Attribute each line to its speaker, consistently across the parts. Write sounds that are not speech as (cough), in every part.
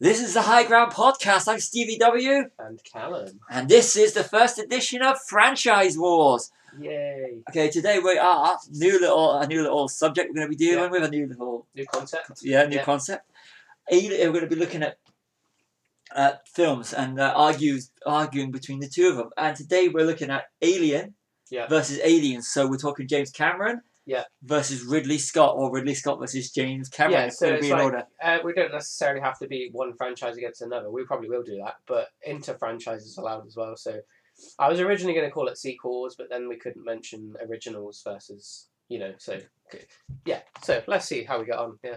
Speaker 1: This is the High Ground Podcast. I'm Stevie W,
Speaker 2: and Callum.
Speaker 1: and this is the first edition of Franchise Wars.
Speaker 2: Yay!
Speaker 1: Okay, today we are new little a new little subject we're going to be dealing with a new little
Speaker 2: New concept.
Speaker 1: yeah new
Speaker 2: Yeah.
Speaker 1: concept. A- We're going to be looking at uh, films and uh, argues arguing between the two of them. And today we're looking at Alien
Speaker 2: Yeah.
Speaker 1: versus Alien. So we're talking James Cameron
Speaker 2: Yeah.
Speaker 1: versus Ridley Scott or Ridley Scott versus James Cameron.
Speaker 2: Yeah,
Speaker 1: it's
Speaker 2: so
Speaker 1: going to
Speaker 2: it's
Speaker 1: be in
Speaker 2: like-
Speaker 1: order.
Speaker 2: Uh, we don't necessarily have to be one franchise against another. We probably will do that, but inter franchise is allowed as well. So I was originally going to call it sequels, but then we couldn't mention originals versus, you know, so okay. yeah. So let's see how we get on. Yeah.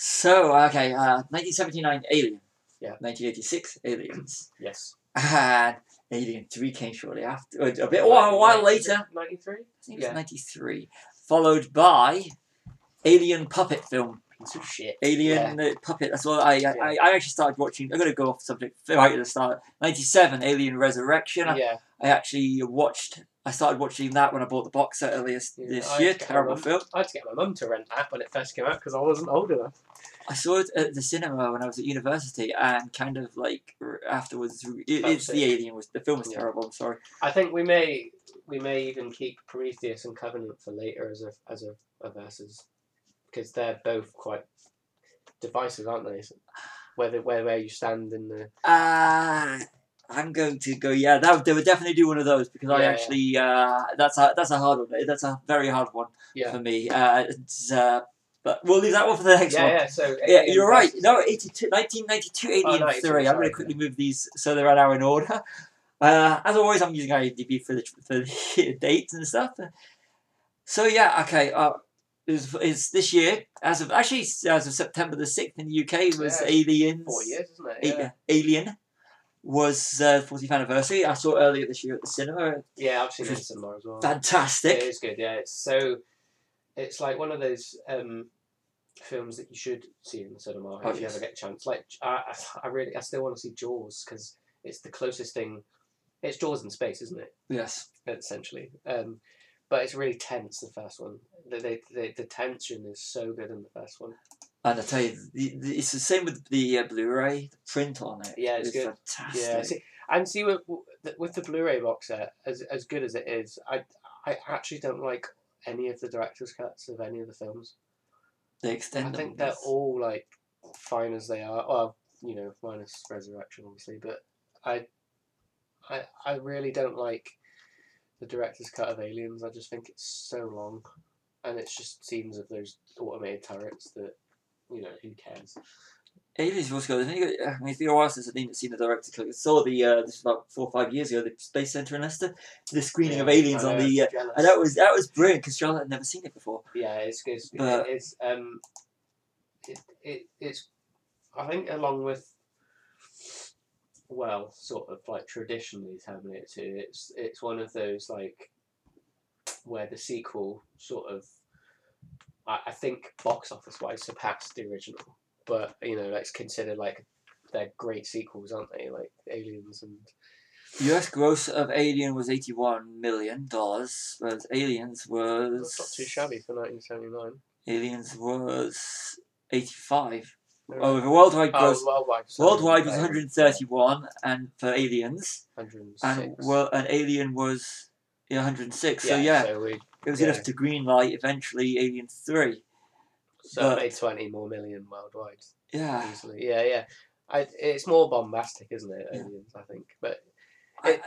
Speaker 1: So okay, uh, 1979 Alien.
Speaker 2: Yeah.
Speaker 1: 1986 Aliens.
Speaker 2: Yes.
Speaker 1: And Alien 3 came shortly after, a bit well, a while later. I
Speaker 2: 93?
Speaker 1: think it was
Speaker 2: Yeah.
Speaker 1: 93. Followed by Alien puppet film.
Speaker 2: Piece of shit.
Speaker 1: Alien uh, puppet. That's what I, I, I I actually started watching. I'm gonna go off subject right at the start. 97 Alien Resurrection. I-
Speaker 2: Yeah.
Speaker 1: I actually watched. I started watching that when I bought the box set earlier s-
Speaker 2: Yeah,
Speaker 1: this
Speaker 2: I
Speaker 1: year.
Speaker 2: can't
Speaker 1: Terrible
Speaker 2: remember.
Speaker 1: film.
Speaker 2: I had to get my mum to rent that when it first came out because I wasn't old enough.
Speaker 1: I saw it at the cinema when I was at university, and kind of like r- afterwards, r- it,
Speaker 2: Felt
Speaker 1: it's the
Speaker 2: sick.
Speaker 1: alien was the film was
Speaker 2: Yeah.
Speaker 1: terrible. I'm sorry.
Speaker 2: I think we may we may even keep Prometheus and Covenant for later as a as a, a versus because they're both quite divisive, aren't they? So Whether where where you stand in the
Speaker 1: Uh, I'm going to go. Yeah, that would- they would definitely do one of those because I
Speaker 2: Yeah, yeah.
Speaker 1: actually uh, that's a that's a hard one. That's a very hard one
Speaker 2: yeah
Speaker 1: for me. Uh, it's, uh, but we'll leave that one for the next
Speaker 2: yeah
Speaker 1: one.
Speaker 2: yeah. So
Speaker 1: Yeah,
Speaker 2: Alien
Speaker 1: you're right.
Speaker 2: versus-
Speaker 1: No, 82, 1992, 80
Speaker 2: Oh,
Speaker 1: and
Speaker 2: 92,
Speaker 1: 3. I'm going
Speaker 2: sorry,
Speaker 1: to quickly move these so they're now in order. (laughs) Uh, as always, I'm using IMDb for the, for the (laughs) dates and stuff. So, yeah, okay. Uh, is, is this year, as of actually as of September the 6th in the UK, was
Speaker 2: Yeah, it's
Speaker 1: Aliens.
Speaker 2: four years, isn't it?
Speaker 1: A-
Speaker 2: Yeah,
Speaker 1: Alien was uh, 40th anniversary. I saw it earlier this year at the cinema.
Speaker 2: yeah I've seen it in cinema as well. It
Speaker 1: Fantastic.
Speaker 2: is good. Yeah, it's so it's like one of those um, films that you should see in the cinema if
Speaker 1: Oh,
Speaker 2: you
Speaker 1: yes.
Speaker 2: ever get a chance. Like I, I- I really, I still want to see Jaws because it's the closest thing. It's Jaws in space, isn't it?
Speaker 1: Yes.
Speaker 2: Essentially, um, but it's really tense. The first one, the, the, the, the tension is so good in the first one.
Speaker 1: And I tell you, the, the, it's the same with the uh, Blu ray, the print on it.
Speaker 2: Yeah, it's
Speaker 1: is
Speaker 2: good.
Speaker 1: Fantastic.
Speaker 2: Yeah, see, and see with with the Blu-ray box set, as as good as it is, I I actually don't like any of the director's cuts of any of the films.
Speaker 1: They extend
Speaker 2: I think
Speaker 1: them.
Speaker 2: they're all like fine as they are. Well, you know, minus Resurrection, obviously, but I, I, I really don't like the director's cut of Aliens. I just think it's so long, and it's just scenes of those automated turrets that, you know, who cares?
Speaker 1: Aliens was good. I think it- I mean, it's been a while since I've been- seen the director. clip. I saw the uh, this was about four or five years ago, the Space Center in Leicester, the screening of
Speaker 2: Yeah,
Speaker 1: Aliens
Speaker 2: I
Speaker 1: on
Speaker 2: know,
Speaker 1: the. Uh,
Speaker 2: jealous.
Speaker 1: and that was that was brilliant because Charlotte had never seen it before.
Speaker 2: Yeah, it's it's,
Speaker 1: But-
Speaker 2: it's um, it, it it's I think along with well, sort of like traditionally Terminator Two, it's it's one of those like where the sequel sort of I, I think box office wise surpassed the original, but you know it's considered like they're great sequels, aren't they? Like Aliens and
Speaker 1: U.S. gross of Alien was eighty-one million dollars, whereas Aliens was.
Speaker 2: that's not too shabby for nineteen seventy nine.
Speaker 1: Aliens was eighty-five. Oh, the worldwide gross.
Speaker 2: worldwide.
Speaker 1: Worldwide was 131, and for Aliens, and,
Speaker 2: 106.
Speaker 1: well, and Alien was 106. so yeah,
Speaker 2: so we
Speaker 1: It was
Speaker 2: Yeah.
Speaker 1: enough to green light eventually Alien 3.
Speaker 2: So
Speaker 1: But-
Speaker 2: it made twenty more million worldwide
Speaker 1: Yeah.
Speaker 2: easily. Yeah, yeah. I, it's more bombastic, isn't it?
Speaker 1: Yeah.
Speaker 2: Aliens, I think. But
Speaker 1: I-
Speaker 2: it,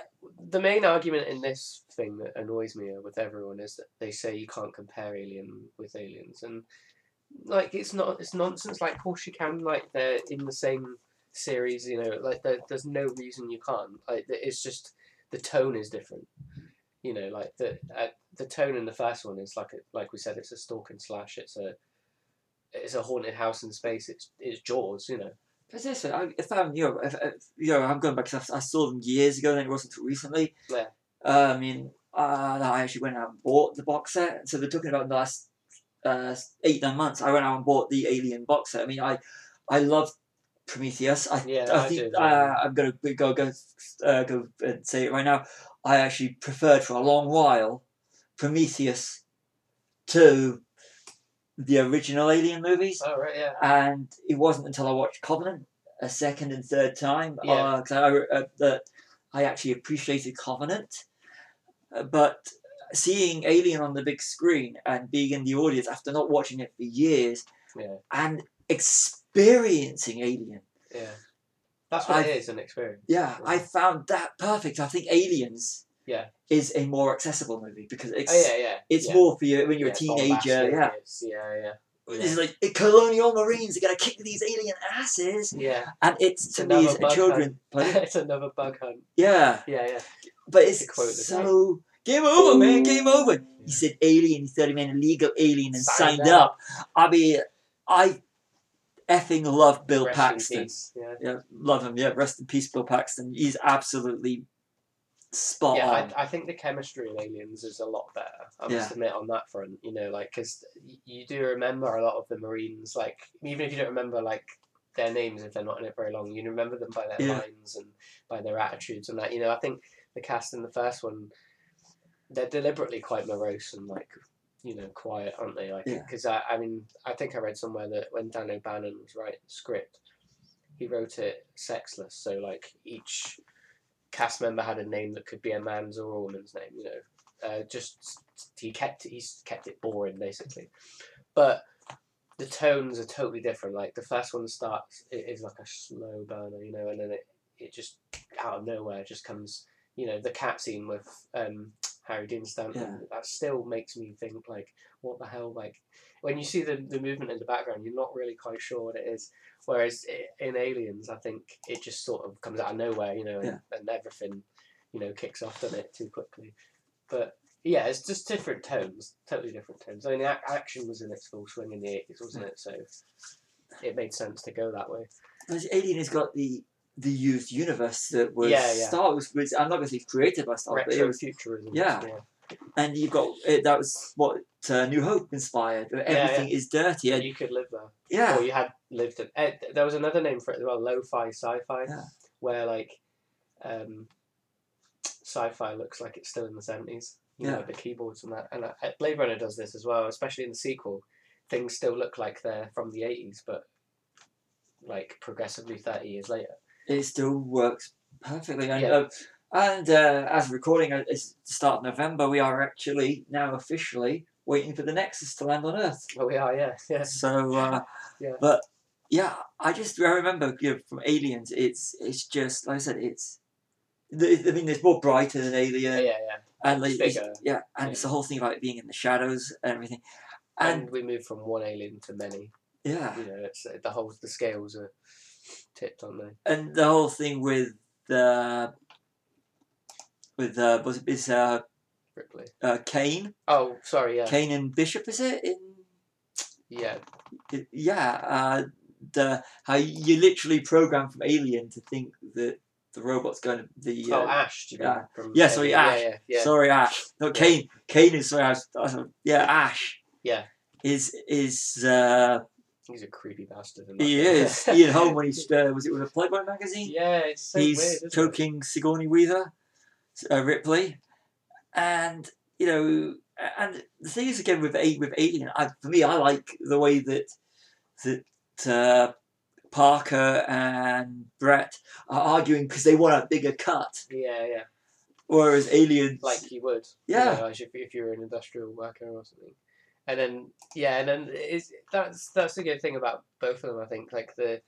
Speaker 2: the main argument in this thing that annoys me with everyone is that they say you can't compare Alien with Aliens, and like it's not it's nonsense. Like of course you can. Like they're in the same series, you know. Like there, there's no reason you can't. Like it's just the tone is different. You know, like the uh, the tone in the first one is like a, like we said, it's a stalk and slash. It's a it's a haunted house in space. It's it's Jaws, you know.
Speaker 1: But seriously, I, if I'm, you know, if, if, you know, I'm going back because I, I saw them years ago and then it wasn't until recently.
Speaker 2: Yeah.
Speaker 1: Uh, I mean, uh, no, I actually went out and bought the box set. So they're talking about the last uh, eight, nine months. I went out and bought the Alien box set. I mean, I I love Prometheus. I,
Speaker 2: Yeah,
Speaker 1: I
Speaker 2: I do
Speaker 1: think
Speaker 2: as well.
Speaker 1: uh, I'm going to go go, uh, go and say it right now. I actually preferred for a long while Prometheus to the original Alien movies.
Speaker 2: Oh right, yeah.
Speaker 1: and it wasn't until I watched Covenant a second and third time.
Speaker 2: Yeah.
Speaker 1: uh, 'cause I, uh, that I actually appreciated Covenant, Uh, but seeing Alien on the big screen and being in the audience after not watching it for years,
Speaker 2: Yeah.
Speaker 1: and experiencing Alien,
Speaker 2: Yeah. That's what
Speaker 1: I-
Speaker 2: it is, an experience. Oh,
Speaker 1: yeah, I found that perfect. I think Aliens.
Speaker 2: Yeah.
Speaker 1: Is a more accessible movie because it's
Speaker 2: Oh yeah, yeah.
Speaker 1: it's
Speaker 2: yeah.
Speaker 1: more for you when you're
Speaker 2: Yeah,
Speaker 1: a teenager.
Speaker 2: bombastic,
Speaker 1: Yeah,
Speaker 2: it's- yeah, yeah.
Speaker 1: it's like "Eh, colonial marines are gonna kick these alien asses, (laughs)
Speaker 2: Yeah.
Speaker 1: and it's to
Speaker 2: Another
Speaker 1: me it's
Speaker 2: bug
Speaker 1: a children play.
Speaker 2: (laughs) it's another bug hunt.
Speaker 1: Yeah,
Speaker 2: Yeah, yeah.
Speaker 1: but it's
Speaker 2: (laughs) To quote the
Speaker 1: so game over, man, game over. He said alien, he said I'm an illegal alien and
Speaker 2: Signed
Speaker 1: signed,
Speaker 2: up.
Speaker 1: up. I mean, I effing love Bill
Speaker 2: Rest in
Speaker 1: Paxton.
Speaker 2: peace, Yeah.
Speaker 1: Yeah, love him. Yeah, rest in peace, Bill Paxton. He's absolutely spot
Speaker 2: yeah,
Speaker 1: on.
Speaker 2: I, I think the chemistry in Aliens is a lot better. I must
Speaker 1: Yeah.
Speaker 2: admit on that front, you know, like because you do remember a lot of the Marines, like even if you don't remember like their names if they're not in it very long, you remember them by their
Speaker 1: Yeah.
Speaker 2: lines and by their attitudes and that. You know, I think the cast in the first one, they're deliberately quite morose and like you know quiet, aren't they? Like
Speaker 1: Yeah.
Speaker 2: because I, I mean I think I read somewhere that when Dan O'Bannon was writing the script, he wrote it sexless, so like each cast member had a name that could be a man's or a woman's name. You know, uh, just he kept he's kept it boring basically, but the tones are totally different. Like the first one starts it is like a slow burner, you know, and then it it just out of nowhere just comes. You know, the cat scene with um, Harry Dean Stanton
Speaker 1: Yeah.
Speaker 2: that still makes me think like, what the hell? Like when you see the the movement in the background, you're not really quite sure what it is. Whereas i- in Aliens, I think it just sort of comes out of nowhere, you know, and, and everything, you know, kicks off, doesn't it, too quickly. But yeah, it's just different tones, totally different tones. I mean, ac- action was in its full swing in the 80s, wasn't it? So it made sense to go that way.
Speaker 1: Because Alien has got the the used universe that was
Speaker 2: Yeah, yeah.
Speaker 1: Star Wars, which I'm not going to say created by Star Wars, Oh, but it
Speaker 2: Retro
Speaker 1: was,
Speaker 2: futurism.
Speaker 1: yeah. and you've got it, that was what uh, New Hope inspired. where
Speaker 2: yeah. Oh,
Speaker 1: Everything is dirty,
Speaker 2: yeah.
Speaker 1: and
Speaker 2: You could live there.
Speaker 1: yeah,
Speaker 2: or you had lived in. eh, th- there was another name for it as well, lo-fi sci-fi,
Speaker 1: Yeah.
Speaker 2: where like um, sci-fi looks like it's still in the seventies. You know,
Speaker 1: Yeah.
Speaker 2: the keyboards and that. And uh, eh, Blade Runner does this as well, especially in the sequel. Things still look like they're from the eighties, but like progressively thirty years later.
Speaker 1: it still works perfectly. And,
Speaker 2: Yeah.
Speaker 1: uh, and uh, as of recording, uh, it's the start of November. We are actually now officially waiting for the Nexus to land on Earth.
Speaker 2: Oh, we are, yeah, yeah,
Speaker 1: So, uh,
Speaker 2: Yeah.
Speaker 1: but yeah, I just I remember you know, from Aliens, it's it's just like I said, it's. I mean, it's more brighter than Alien.
Speaker 2: yeah, yeah.
Speaker 1: and like,
Speaker 2: It's
Speaker 1: it's-
Speaker 2: bigger,
Speaker 1: yeah, and
Speaker 2: yeah.
Speaker 1: it's the whole thing about it being in the shadows and everything,
Speaker 2: And,
Speaker 1: and
Speaker 2: we move from one alien to many.
Speaker 1: yeah,
Speaker 2: You know, it's eh, the whole the scales are tipped, aren't they?
Speaker 1: and the whole thing with the with uh, was it is uh,
Speaker 2: Ripley.
Speaker 1: uh Kane,
Speaker 2: Oh, sorry, yeah,
Speaker 1: Kane and Bishop, is it in?
Speaker 2: yeah,
Speaker 1: it- yeah, uh, the how you literally program from Alien to think that the robot's going to the
Speaker 2: Oh,
Speaker 1: uh,
Speaker 2: Ash. Do you mean
Speaker 1: yeah.
Speaker 2: From
Speaker 1: Yeah, sorry,
Speaker 2: Alien?
Speaker 1: Ash.
Speaker 2: Yeah, yeah, yeah.
Speaker 1: sorry Ash, no
Speaker 2: Yeah.
Speaker 1: Kane, Kane is sorry Ash, I was- yeah Ash,
Speaker 2: Yeah.
Speaker 1: is is uh,
Speaker 2: He's a creepy bastard. In that
Speaker 1: he
Speaker 2: film. (laughs)
Speaker 1: is he at home when he's uh, was it with a Playboy magazine?
Speaker 2: yeah, it's so
Speaker 1: he's
Speaker 2: weird. Isn't it?
Speaker 1: choking Sigourney Weaver, uh, Ripley, and you know, and the thing is again with A with Alien, I, for me, I like the way that that uh, Parker and Brett are arguing because they want a bigger cut,
Speaker 2: Yeah, yeah.
Speaker 1: whereas Aliens,
Speaker 2: Like you would.
Speaker 1: Yeah.
Speaker 2: You know, as if, if you were an industrial worker or something. And then yeah, and then is that's that's the good thing about both of them. I think like the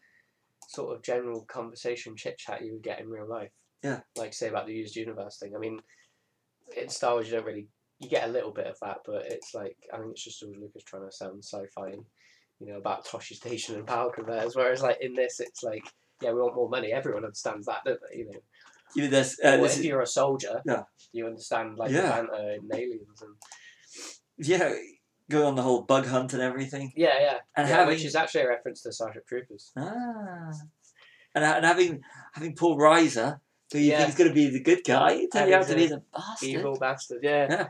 Speaker 2: sort of general conversation chit chat you would get in real life.
Speaker 1: Yeah.
Speaker 2: Like say about the used universe thing. I mean, in Star Wars you don't really you get a little bit of that, but it's like I think it's just George Lucas trying to sound sci-fi and you know about Toshi Station and power converters. Whereas like in this, it's like yeah, we want more money. Everyone understands that, don't they? You know,
Speaker 1: you know, there's, uh,
Speaker 2: or
Speaker 1: this
Speaker 2: if
Speaker 1: is-
Speaker 2: you're a soldier,
Speaker 1: Yeah.
Speaker 2: you understand like
Speaker 1: Yeah.
Speaker 2: the banter in aliens and
Speaker 1: yeah, going on the whole bug hunt and everything,
Speaker 2: yeah, yeah,
Speaker 1: and
Speaker 2: yeah
Speaker 1: having
Speaker 2: which is actually a reference to Starship Troopers.
Speaker 1: ah, and, and having having Paul Reiser, who you
Speaker 2: Yeah.
Speaker 1: think is going to be the good guy, turns
Speaker 2: And
Speaker 1: out
Speaker 2: he's
Speaker 1: to
Speaker 2: a
Speaker 1: be the bastard.
Speaker 2: Evil bastard, yeah,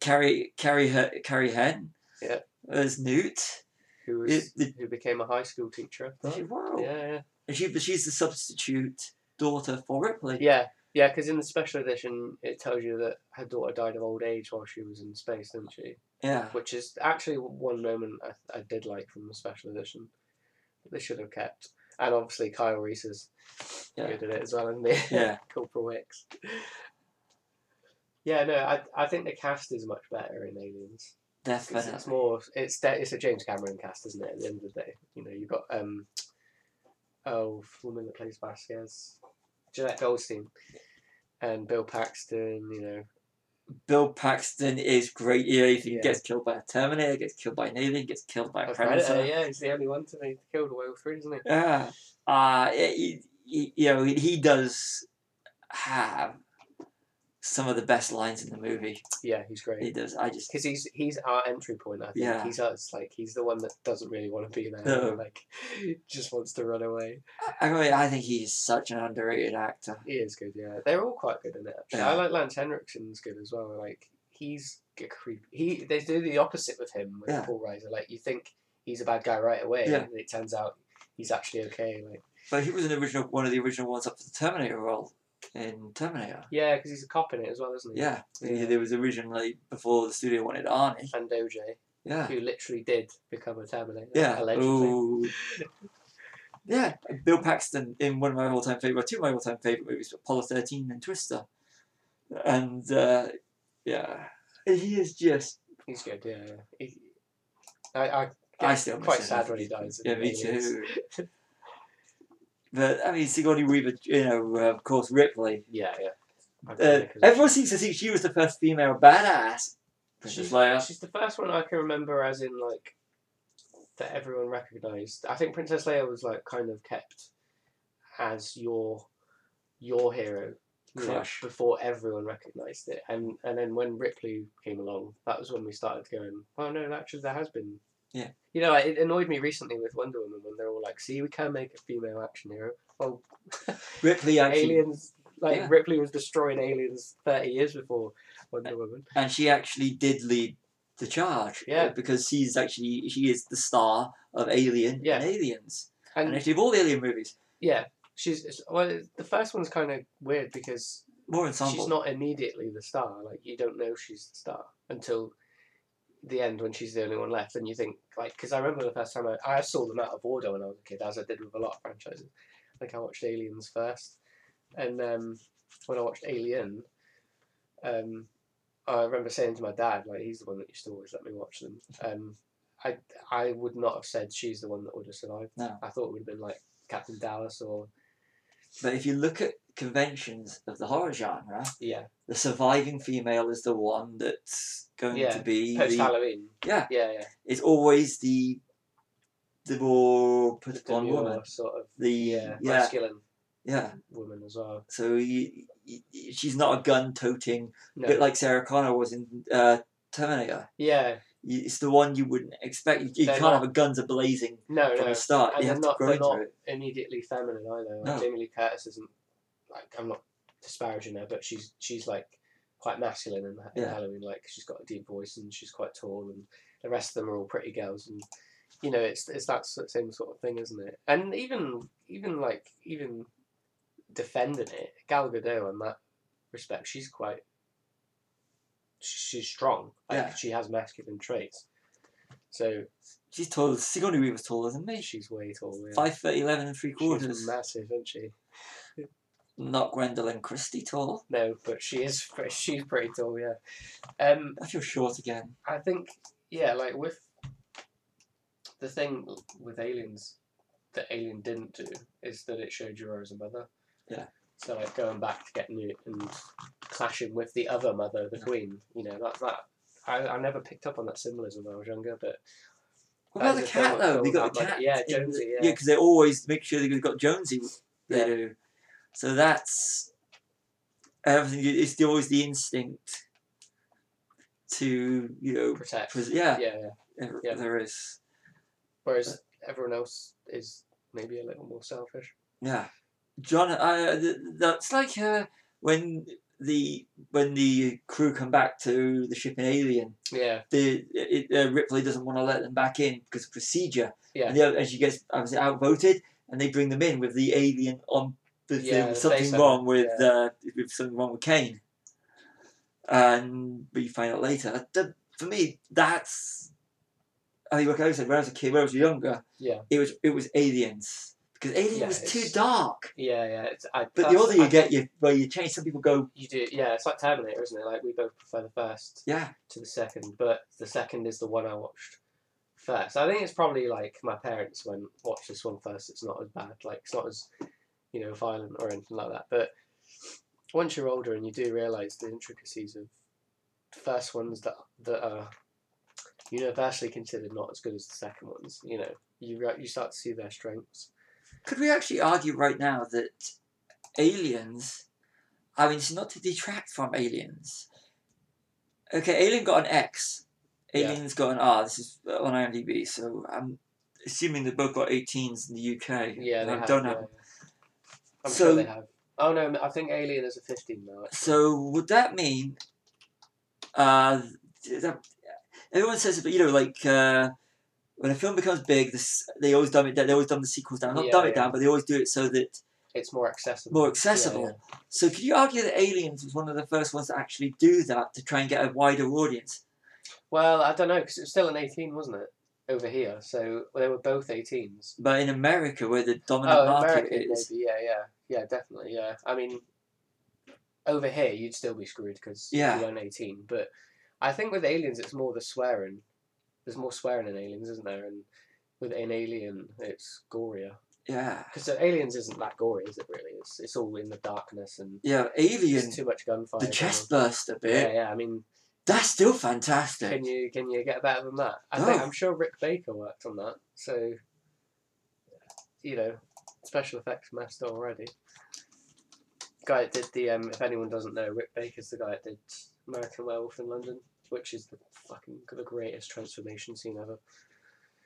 Speaker 1: Carrie Carrie her Carrie Hen.
Speaker 2: Yeah.
Speaker 1: As Newt.
Speaker 2: who was
Speaker 1: It- it- Oh.
Speaker 2: who became a high school teacher. I
Speaker 1: She-
Speaker 2: thought.
Speaker 1: wow.
Speaker 2: Yeah, yeah,
Speaker 1: And she, but she's the substitute daughter for Ripley.
Speaker 2: yeah, yeah. Because in the special edition, it tells you that her daughter died of old age while she was in space, didn't she?
Speaker 1: Yeah.
Speaker 2: Which is actually one moment I, I did like from the special edition. that They should have kept. and obviously Kyle Reese is
Speaker 1: Yeah.
Speaker 2: good at it as well, isn't he?
Speaker 1: Yeah.
Speaker 2: (laughs) Corporal Wicks. Yeah, no, I I think the cast is much better in Aliens. It's, it's
Speaker 1: Definitely.
Speaker 2: more. It's de- it's a James Cameron cast, isn't it? At the end of the day, you know, you've got um, oh, woman that plays Vasquez, Jeanette Goldstein, and Bill Paxton. You know,
Speaker 1: Bill Paxton is great. You know, if he
Speaker 2: Yeah.
Speaker 1: gets killed by a Terminator, gets killed by an alien, gets killed by a
Speaker 2: a
Speaker 1: predator.
Speaker 2: Predator, Yeah, he's the only one to be killed all the three, isn't he?
Speaker 1: Yeah. Uh, he, he- you know, he- he does have some of the best lines in the movie.
Speaker 2: Yeah, he's
Speaker 1: He
Speaker 2: great.
Speaker 1: does. I just.
Speaker 2: Because he's he's our entry point. I think
Speaker 1: Yeah.
Speaker 2: he's us. Like he's the one that doesn't really want to be there.
Speaker 1: No.
Speaker 2: Like (laughs) just wants to run away.
Speaker 1: I mean, I think he's such an underrated actor.
Speaker 2: He is good, yeah. They're all quite good in it. Actually.
Speaker 1: Yeah.
Speaker 2: I like Lance Henriksen's good as well. Like he's a creep. He they do the opposite with him with
Speaker 1: Yeah.
Speaker 2: Paul Reiser. Like you think he's a bad guy right away,
Speaker 1: Yeah.
Speaker 2: and it turns out he's actually okay. Like
Speaker 1: But he was an original, one of the original ones up for the Terminator role in Terminator.
Speaker 2: yeah, because he's a cop in it as well, isn't he?
Speaker 1: Yeah,
Speaker 2: Yeah.
Speaker 1: there was originally before the studio wanted Arnie.
Speaker 2: And OJ,
Speaker 1: Yeah,
Speaker 2: who literally did become a Terminator.
Speaker 1: yeah.
Speaker 2: Allegedly. (laughs)
Speaker 1: Ooh. yeah, Bill Paxton in one of my all-time favorite, two of my all-time favorite movies, Apollo thirteen and Twister. And uh, yeah, he is just.
Speaker 2: He's good. Yeah. yeah. He, I, I
Speaker 1: I
Speaker 2: get
Speaker 1: still miss
Speaker 2: quite
Speaker 1: him.
Speaker 2: sad when he dies. in
Speaker 1: Yeah, me
Speaker 2: Aliens.
Speaker 1: too.
Speaker 2: (laughs)
Speaker 1: But I mean, Sigourney Weaver, you know, uh, of course, Ripley.
Speaker 2: Yeah, yeah.
Speaker 1: Uh,
Speaker 2: Iconic, isn't
Speaker 1: everyone
Speaker 2: she?
Speaker 1: seems to think she was the first female badass. Princess
Speaker 2: She's,
Speaker 1: Leia.
Speaker 2: she's the first one I can remember as in like that everyone recognised. I think Princess Leia was like kind of kept as your your hero you know,
Speaker 1: Crush.
Speaker 2: before everyone recognised it, and and then when Ripley came along, that was when we started going. Oh no, actually there has been.
Speaker 1: Yeah.
Speaker 2: You know, like, it annoyed me recently with Wonder Woman when they're all like, "See, we can make a female action hero." Well,
Speaker 1: Ripley actually,
Speaker 2: aliens like
Speaker 1: yeah.
Speaker 2: Ripley was destroying aliens thirty years before
Speaker 1: Uh,
Speaker 2: Wonder Woman.
Speaker 1: and she actually did lead the charge.
Speaker 2: Yeah.
Speaker 1: uh, because she's actually she is the star of Alien
Speaker 2: Yeah.
Speaker 1: and Aliens, and actually of all the Alien movies,
Speaker 2: Yeah, she's it's- well. The first one's kind of weird because
Speaker 1: more ensemble.
Speaker 2: she's not immediately the star. Like you don't know she's the star until the end when she's the only one left, and you think like because I remember the first time I, I saw them out of order when I was a kid, as I did with a lot of franchises. Like I watched Aliens first, and um, when I watched Alien, um, I remember saying to my dad, like he's the one that used to always let me watch them. Um, I I would not have said she's the one that would have survived.
Speaker 1: No.
Speaker 2: I thought it would have been like Captain Dallas or
Speaker 1: But if you look at conventions of the horror genre,
Speaker 2: yeah
Speaker 1: the surviving female is the one that's going
Speaker 2: Yeah,
Speaker 1: to be
Speaker 2: post
Speaker 1: the,
Speaker 2: Halloween.
Speaker 1: yeah.
Speaker 2: Yeah, yeah.
Speaker 1: It's always the the more
Speaker 2: The
Speaker 1: put on woman.
Speaker 2: demure Sort of
Speaker 1: The
Speaker 2: yeah,
Speaker 1: yeah,
Speaker 2: masculine
Speaker 1: yeah.
Speaker 2: woman as well.
Speaker 1: So you, you, she's not a gun-toting,
Speaker 2: No.
Speaker 1: bit like Sarah Connor was in uh, Terminator.
Speaker 2: yeah,
Speaker 1: You- It's the one you wouldn't expect. You, you
Speaker 2: They're
Speaker 1: can't
Speaker 2: not-
Speaker 1: have a guns a blazing
Speaker 2: no,
Speaker 1: from
Speaker 2: no.
Speaker 1: the start.
Speaker 2: And
Speaker 1: you
Speaker 2: they're
Speaker 1: have to
Speaker 2: not-
Speaker 1: grow
Speaker 2: they're
Speaker 1: into
Speaker 2: not-
Speaker 1: it.
Speaker 2: Immediately feminine either. Like
Speaker 1: No.
Speaker 2: Jamie Lee Curtis isn't like I'm not disparaging her, but she's she's like quite masculine in, in
Speaker 1: Yeah.
Speaker 2: Halloween. Like she's got a deep voice and she's quite tall, and the rest of them are all pretty girls. And you know, it's it's that sort- same sort of thing, isn't it? And even even like even defending it, Gal Gadot in that respect, she's quite she's strong. Like
Speaker 1: Yeah.
Speaker 2: she has masculine traits. So
Speaker 1: She's taller. Sigourney Weaver's taller than me.
Speaker 2: she's way taller. Yeah.
Speaker 1: Five foot eleven and three
Speaker 2: She's
Speaker 1: quarters.
Speaker 2: massive, isn't she?
Speaker 1: Not Gwendolyn Christie tall.
Speaker 2: No, but she is (laughs) pre- she's pretty tall, yeah. Um,
Speaker 1: I feel short again.
Speaker 2: I think yeah, like with the thing with aliens that Alien didn't do is that it showed you her as a mother.
Speaker 1: Yeah.
Speaker 2: So like going back to getting you and clashing with the other mother, the
Speaker 1: Yeah.
Speaker 2: Queen. You know that that I, I never picked up on that symbolism when I was younger, but
Speaker 1: What
Speaker 2: that
Speaker 1: about the
Speaker 2: is a film
Speaker 1: cat
Speaker 2: that
Speaker 1: though? They got
Speaker 2: fills
Speaker 1: the
Speaker 2: that, like-
Speaker 1: cat.
Speaker 2: yeah,
Speaker 1: in the-
Speaker 2: Jonesy, yeah.
Speaker 1: Yeah, because they always make sure they've got Jonesy. They
Speaker 2: Yeah.
Speaker 1: do. So that's everything. It's the- always the instinct to you know.
Speaker 2: protect.
Speaker 1: pres- yeah,
Speaker 2: yeah, yeah.
Speaker 1: there-
Speaker 2: yeah.
Speaker 1: there is.
Speaker 2: Whereas everyone else is maybe a little more selfish.
Speaker 1: Yeah, John. Uh, th- that's like uh, when the when the crew come back to the ship in Alien.
Speaker 2: Yeah,
Speaker 1: The it, uh, Ripley doesn't want to let them back in because of procedure.
Speaker 2: yeah.
Speaker 1: And, the other, and she gets obviously outvoted, and they bring them in with the alien on. With the-
Speaker 2: Yeah, the
Speaker 1: something
Speaker 2: face on
Speaker 1: wrong
Speaker 2: it,
Speaker 1: with
Speaker 2: yeah.
Speaker 1: uh, with something wrong with Kane. And but you find out later. That- That, for me, that's. I think like I said, when I was a kid, when I was younger,
Speaker 2: Yeah.
Speaker 1: it was it was aliens because Alien
Speaker 2: Yeah,
Speaker 1: was too
Speaker 2: it's-
Speaker 1: dark.
Speaker 2: Yeah, yeah. It's, I,
Speaker 1: But the
Speaker 2: that's-
Speaker 1: older you
Speaker 2: I
Speaker 1: get,
Speaker 2: think
Speaker 1: you well, you change. Some people go,
Speaker 2: you do. Yeah, it's like Terminator, isn't it? Like we both prefer the first
Speaker 1: yeah,
Speaker 2: to the second, but the second is the one I watched first. I think it's probably like my parents when watch this one first. It's not as bad. Like it's not as you know violent or anything like that. But once you're older and you do realize the intricacies of first ones that that are universally considered not as good as the second ones, you know, you re- you start to see their strengths.
Speaker 1: Could we actually argue right now that aliens? I mean, it's not to detract from aliens. Okay, Alien got an X.
Speaker 2: Yeah.
Speaker 1: Aliens got an R. This is on IMDb, so I'm assuming they both got 18s in the UK.
Speaker 2: Yeah,
Speaker 1: and
Speaker 2: they
Speaker 1: I
Speaker 2: have,
Speaker 1: don't
Speaker 2: yeah,
Speaker 1: know.
Speaker 2: yeah. I'm
Speaker 1: So-
Speaker 2: sure they have. Oh no, I think Alien is a fifteen now. actually.
Speaker 1: So would that mean? Uh, th- that, everyone says, but you know, like uh, when a film becomes big, this, they always dumb it down. They always dumb the sequels down. Not
Speaker 2: Yeah,
Speaker 1: dumb it
Speaker 2: yeah.
Speaker 1: down, but they always do it so that
Speaker 2: It's more accessible.
Speaker 1: more
Speaker 2: Yeah,
Speaker 1: accessible.
Speaker 2: yeah.
Speaker 1: So could you argue that Aliens was one of the first ones to actually do that to try and get a wider audience?
Speaker 2: Well, I don't know because it was still an eighteen, wasn't it? Over here, so they were both eighteens.
Speaker 1: But in America, where the dominant
Speaker 2: Oh,
Speaker 1: market
Speaker 2: American
Speaker 1: is,
Speaker 2: maybe. Yeah, yeah, yeah, definitely. Yeah, I mean, over here you'd still be screwed because
Speaker 1: Yeah.
Speaker 2: you weren't eighteen. But I think with aliens, it's more the swearing. There's more swearing in aliens, isn't there? And with an alien, it's gorier.
Speaker 1: yeah,
Speaker 2: Because aliens isn't that gory, is it? Really, it's it's all in the darkness and
Speaker 1: yeah,
Speaker 2: there's
Speaker 1: Alien,
Speaker 2: too much gunfire.
Speaker 1: the
Speaker 2: going
Speaker 1: chest
Speaker 2: on.
Speaker 1: burst a bit.
Speaker 2: Yeah, yeah. I mean,
Speaker 1: That's still fantastic.
Speaker 2: can you can you get better than that? I think
Speaker 1: No.
Speaker 2: I'm sure Rick Baker worked on that. So, you know, special effects master already. Guy that did the um, if anyone doesn't know, Rick Baker's the guy that did American Werewolf in London, which is the fucking the greatest transformation scene ever.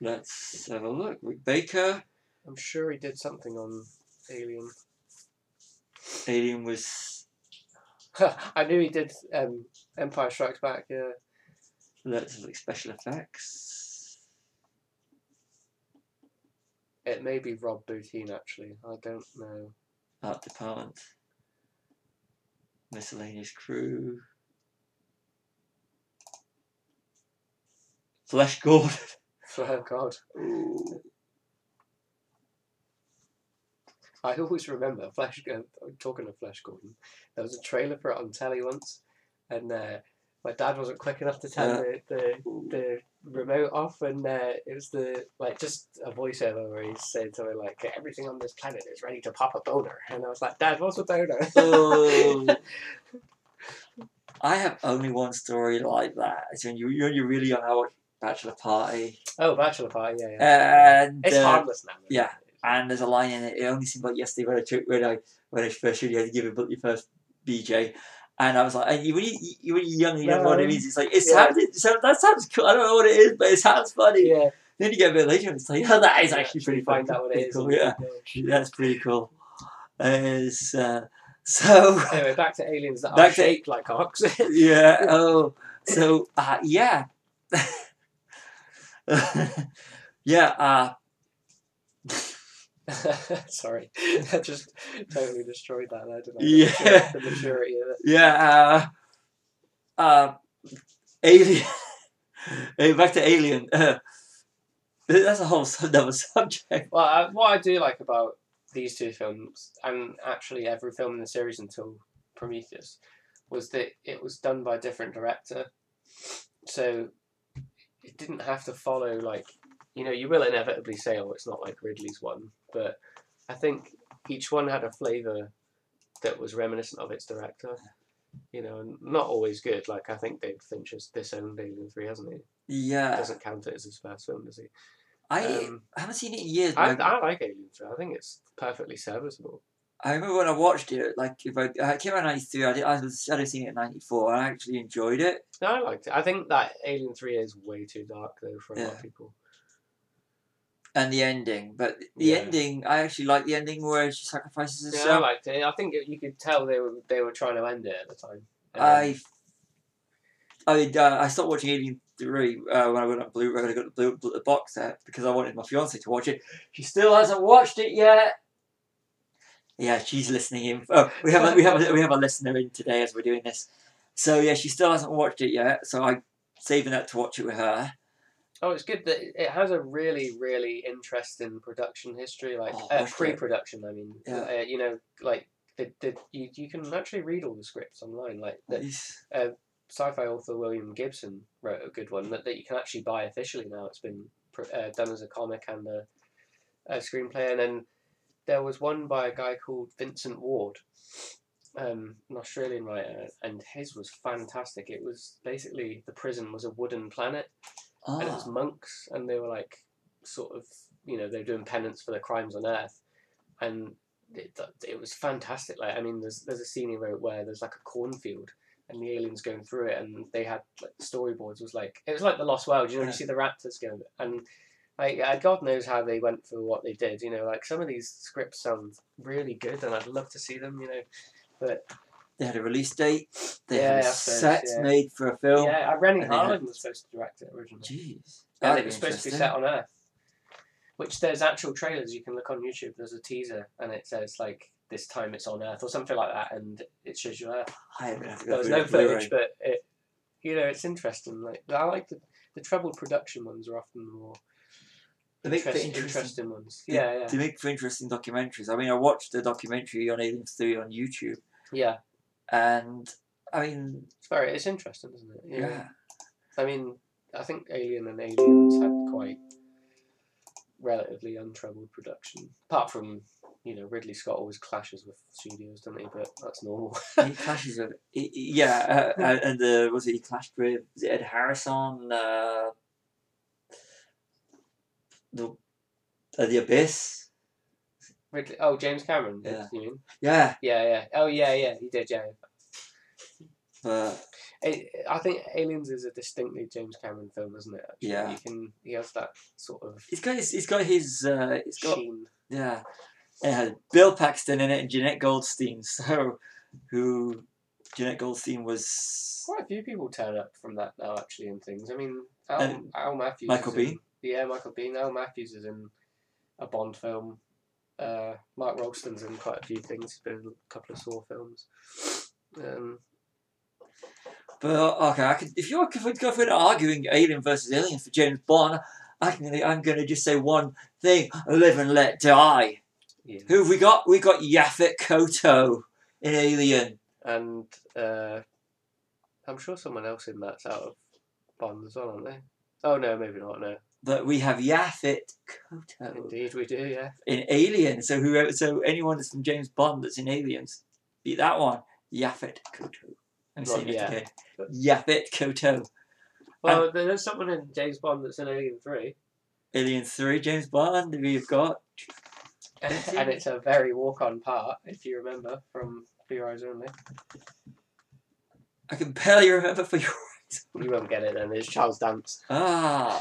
Speaker 1: Let's have a look. Rick Baker,
Speaker 2: I'm sure he did something on Alien. (laughs)
Speaker 1: Alien was.
Speaker 2: I knew he did um, Empire Strikes Back. Yeah,
Speaker 1: Let's have a look. Special effects.
Speaker 2: it may be Rob Boutine actually. I don't know. (laughs)
Speaker 1: Art department. Miscellaneous crew. Flesh Gordon.
Speaker 2: Oh God.
Speaker 1: Ooh.
Speaker 2: I always remember (laughs) Flash. Gor- I'm talking of Flash Gordon, there was a trailer for it on telly once, and uh, my dad wasn't quick enough to turn
Speaker 1: Yeah.
Speaker 2: the, the the remote off, and uh, it was the like just a voiceover where he's saying something like, "Everything on this planet is ready to pop a boner," and I was like, "Dad, what's a boner?"
Speaker 1: (laughs) Oh.
Speaker 2: (laughs)
Speaker 1: I have only one story like that. It's when you you're, you're really young. I watched Bachelor Party,
Speaker 2: oh, bachelor party, yeah, yeah.
Speaker 1: and
Speaker 2: it's
Speaker 1: uh,
Speaker 2: harmless now. isn't
Speaker 1: yeah.
Speaker 2: it?
Speaker 1: and there's a line in it. It only seemed like yesterday when I took, when I when I first showed you how to give a book your first BJ, and I was like, and you really you really young, you don't know what it
Speaker 2: No.
Speaker 1: is. It's like it
Speaker 2: Yeah.
Speaker 1: sounded it sounded- that sounds cool. I don't know what it is, but it sounds funny.
Speaker 2: yeah.
Speaker 1: Then you get a bit later, and it's like, oh, that is
Speaker 2: Yeah,
Speaker 1: actually
Speaker 2: you
Speaker 1: pretty
Speaker 2: find
Speaker 1: funny.
Speaker 2: out what
Speaker 1: Pretty
Speaker 2: it is.
Speaker 1: cool,
Speaker 2: and-
Speaker 1: Yeah, that's pretty cool. It's, uh, so
Speaker 2: Anyway, back to aliens that
Speaker 1: Back
Speaker 2: are
Speaker 1: to-
Speaker 2: shaped like ox.
Speaker 1: yeah. Oh, so uh, yeah, (laughs) yeah. Uh,
Speaker 2: (laughs) Sorry, (laughs) I just totally destroyed that there, didn't I?
Speaker 1: Yeah.
Speaker 2: The maturity of it.
Speaker 1: yeah. Uh, uh, alien. (laughs) Eh, Back to alien. (laughs) Uh, that's a whole sub- another subject.
Speaker 2: Well, I, what I do like about these two films, and actually every film in the series until Prometheus, was that it was done by a different director. So it didn't have to follow, like, you know, you will inevitably say, oh, it's not like Ridley's one, but I think each one had a flavour that was reminiscent of its director. You know, and not always good. Like, I think David Finch has disowned Alien 3, hasn't he?
Speaker 1: Yeah,
Speaker 2: doesn't count it as his first film, does he?
Speaker 1: Uh, I
Speaker 2: Um,
Speaker 1: haven't seen it in years.
Speaker 2: I,
Speaker 1: But I,
Speaker 2: I like Alien 3. I think it's perfectly serviceable.
Speaker 1: I remember when I watched it. Like if I, uh, it came out in '93, I did. I was I'd seen it in '94. and I actually enjoyed it.
Speaker 2: No, I liked it. I think that Alien 3 is way too dark, though, for a lot
Speaker 1: Yeah.
Speaker 2: of people.
Speaker 1: And the ending, but the
Speaker 2: Yeah.
Speaker 1: ending, I actually like the ending where she sacrifices
Speaker 2: Yeah,
Speaker 1: herself.
Speaker 2: I liked it. I think you could tell they were they were trying to end it at the time. Um, And then-
Speaker 1: I, I, uh, I stopped watching Alien Three uh, when I went on Blu-ray. when I got the, Blu- Blu- the box set because I wanted my fiance to watch it. She still hasn't watched it yet. Yeah, she's listening in. Oh, we have a, we have a, we have a listener in today as we're doing this. So yeah, she still hasn't watched it yet. So I'm saving that to watch it with her.
Speaker 2: Oh, it's good that it has a really, really interesting production history, like
Speaker 1: Oh,
Speaker 2: uh,
Speaker 1: that's great.
Speaker 2: pre-production. I mean,
Speaker 1: Yeah.
Speaker 2: uh, you know, like the, the, you you can actually read all the scripts online. Like the
Speaker 1: Yes.
Speaker 2: sci-fi author William Gibson wrote a good one that, that you can actually buy officially now. It's been pr- uh, done as a comic and a, a screenplay, and then there was one by a guy called Vincent Ward, um, an Australian writer, and his was fantastic. It was basically the prison was a wooden planet
Speaker 1: Ah.
Speaker 2: and it was monks, and they were like sort of you know they were doing penance for their crimes on Earth, and it, it was fantastic. Like I mean, there's there's a scene he wrote where there's like a cornfield. And the aliens going through it, and they had like storyboards. Was like it was like the Lost World. You know,
Speaker 1: Yeah.
Speaker 2: you see the raptors going, and like uh, God knows how they went for what they did. You know, like some of these scripts sound really good, and I'd love to see them. You know,
Speaker 1: They had a release date. They had
Speaker 2: Yeah,
Speaker 1: a
Speaker 2: that's it,
Speaker 1: set
Speaker 2: yeah.
Speaker 1: made for a film.
Speaker 2: yeah, Rennie
Speaker 1: and they had-
Speaker 2: Harlan was supposed to direct it originally.
Speaker 1: Jeez.
Speaker 2: Yeah,
Speaker 1: That'd
Speaker 2: it was
Speaker 1: be
Speaker 2: supposed to be
Speaker 1: interesting.
Speaker 2: set on Earth. Which there's actual trailers you can look on YouTube. There's a teaser and it says like this time it's on Earth or something like that, and it shows you Earth.
Speaker 1: I would have to go
Speaker 2: There was
Speaker 1: through
Speaker 2: no
Speaker 1: the Blu-ray.
Speaker 2: footage, but it, you know, it's interesting. Like I like the the troubled production ones are often the more
Speaker 1: They make for
Speaker 2: interest-
Speaker 1: interesting-
Speaker 2: interesting ones.
Speaker 1: they-
Speaker 2: Yeah, yeah,
Speaker 1: They make for interesting documentaries. I mean, I watched a documentary on Aliens 3 on YouTube,
Speaker 2: yeah.
Speaker 1: and I mean,
Speaker 2: It's very it's interesting, isn't it?
Speaker 1: yeah.
Speaker 2: I mean, I think Alien and Aliens had quite relatively untroubled production, apart from you know Ridley Scott always clashes with studios, doesn't he? But that's normal. (laughs)
Speaker 1: he clashes with, he, he- yeah, uh, uh, and uh, was it he clashed with was it Ed Harrison, uh, the, uh, the Abyss,
Speaker 2: Ridley, oh, James Cameron. did
Speaker 1: Yeah.
Speaker 2: You mean?
Speaker 1: yeah,
Speaker 2: Yeah, yeah. Oh, yeah, yeah. He did. Yeah.
Speaker 1: but
Speaker 2: I, I think Aliens is a distinctly James Cameron film, isn't it? actually?
Speaker 1: Yeah.
Speaker 2: You can. He has that sort of
Speaker 1: he's got his, he's got his, uh, he's got
Speaker 2: sheen.
Speaker 1: Yeah. It had Bill Paxton in it and Jeanette Goldstein. (laughs) So, who Jeanette Goldstein was
Speaker 2: Quite a few people turn up from that now, actually, in things. I mean, Al,
Speaker 1: And
Speaker 2: Al Matthews.
Speaker 1: Michael
Speaker 2: is in-
Speaker 1: Biehn?
Speaker 2: yeah, Michael Bean. Al Matthews is in a Bond film. Uh, Mark Rolston's in quite a few things. He's been in a couple of Saw films. Um,
Speaker 1: But okay, I could if you're if go for an arguing Alien versus Alien for James Bond, I can I'm gonna just say one thing: live and let die.
Speaker 2: yeah.
Speaker 1: Who have we got? We got Yaphet Koto in Alien.
Speaker 2: And uh, I'm sure someone else in that's out of Bond as well, aren't they? Oh, no, maybe not, no.
Speaker 1: But we have Yaphet Koto
Speaker 2: Indeed, we do, yeah.
Speaker 1: in Alien. So whoever, so anyone that's from James Bond that's in Aliens, beat that one. Yaphet Koto. I'm
Speaker 2: Well,
Speaker 1: saying it
Speaker 2: yeah.
Speaker 1: again. Yaphet Koto.
Speaker 2: Well, there's someone in James Bond that's in Alien 3.
Speaker 1: Alien 3, James Bond, we've got.
Speaker 2: (laughs) and it's a very walk on part, if you remember, from Fear Eyes Only.
Speaker 1: I can barely remember for your.
Speaker 2: You won't get it then. It's Charles Dance.
Speaker 1: Ah!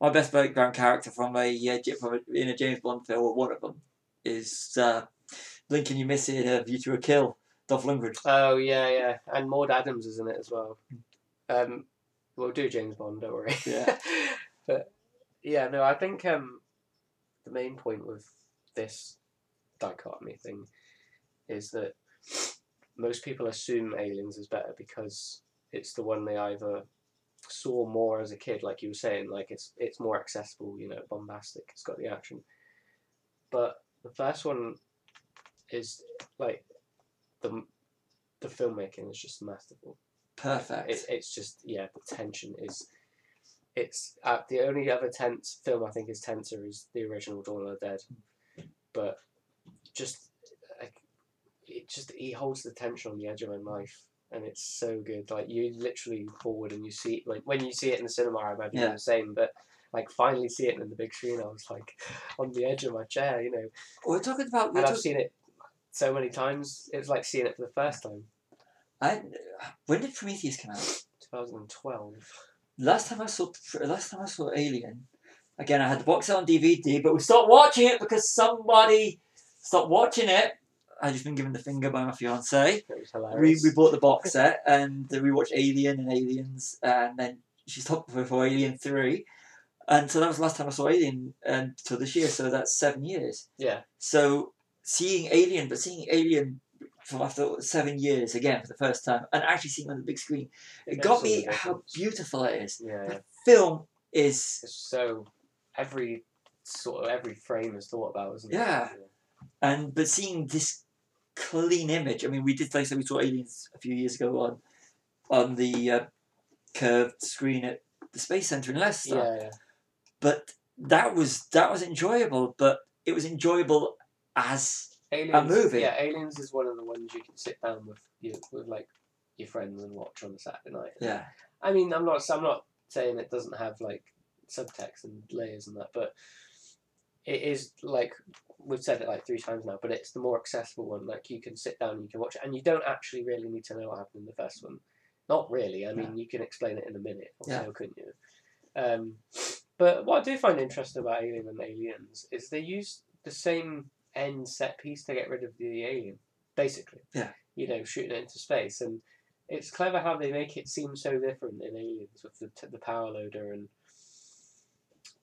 Speaker 1: My best background character from a, uh, J- from a in a James Bond film, or one of them, is uh, Lincoln You Miss It in A View to a Kill, Dolph Lundgren.
Speaker 2: Oh yeah, yeah. And Maud Adams is in it as well. Um, we'll do James Bond. Don't worry.
Speaker 1: Yeah.
Speaker 2: (laughs) but yeah, no, I think um, the main point with this dichotomy thing is that most people assume Aliens is better because it's the one they either saw more as a kid, like you were saying, like it's it's more accessible, you know, bombastic, it's got the action. But the first one is like the the filmmaking is just masterful.
Speaker 1: Perfect.
Speaker 2: It, Uh, it's just yeah, the tension is. It's uh, the only other tense film I think is tenser is the original Dawn of the Dead, but just like it just he holds the tension on the edge of my knife, and it's so good. Like you literally forward and you see like when you see it in the cinema, I imagine
Speaker 1: Yeah.
Speaker 2: the same, but like finally see it in the big screen, I was like (laughs) on the edge of my chair, you know.
Speaker 1: we're talking about. We're
Speaker 2: And I've
Speaker 1: talk-
Speaker 2: seen it so many times. It was like seeing it for the first time,
Speaker 1: I, when did Prometheus come out?
Speaker 2: 2012.
Speaker 1: Last time I saw last time I saw Alien, again I had the box set on DVD, but we stopped watching it because somebody stopped watching it. I just been given the finger by my fiance.
Speaker 2: It was
Speaker 1: We,
Speaker 2: hilarious.
Speaker 1: we bought the box set and we watched Alien and Aliens, and then she stopped before Alien Three, and so that was the last time I saw Alien um, until this year. So that's seven years.
Speaker 2: yeah.
Speaker 1: So seeing Alien, but seeing Alien from after seven years again for the first time and actually seeing it on the big screen. It got me how beautiful it is.
Speaker 2: Yeah, yeah.
Speaker 1: Film is
Speaker 2: It's so every sort of every frame is thought about, isn't
Speaker 1: Yeah.
Speaker 2: it?
Speaker 1: and Um, but seeing this clean image. I mean, we did like I said, we saw Aliens a few years ago on on the uh, curved screen at the Space Center in Leicester.
Speaker 2: Yeah, yeah.
Speaker 1: But that was that was enjoyable. But it was enjoyable as
Speaker 2: Aliens,
Speaker 1: movie.
Speaker 2: Yeah, Aliens is one of the ones you can sit down with you with like your friends and watch on a Saturday night.
Speaker 1: yeah
Speaker 2: I mean, I'm not. I'm not saying it doesn't have like subtext and layers and that, but it is like we've said it like three times now. But it's the more accessible one. Like you can sit down and you can watch it, and you don't actually really need to know what happened in the first one. Not really. I mean, you can explain it in a minute or
Speaker 1: Yeah.
Speaker 2: so, couldn't you? Um, but what I do find interesting about Alien and Aliens is they use the same end set piece to get rid of the alien, basically.
Speaker 1: Yeah.
Speaker 2: You know, shooting it into space, and it's clever how they make it seem so different in Aliens with the, t- the power loader and.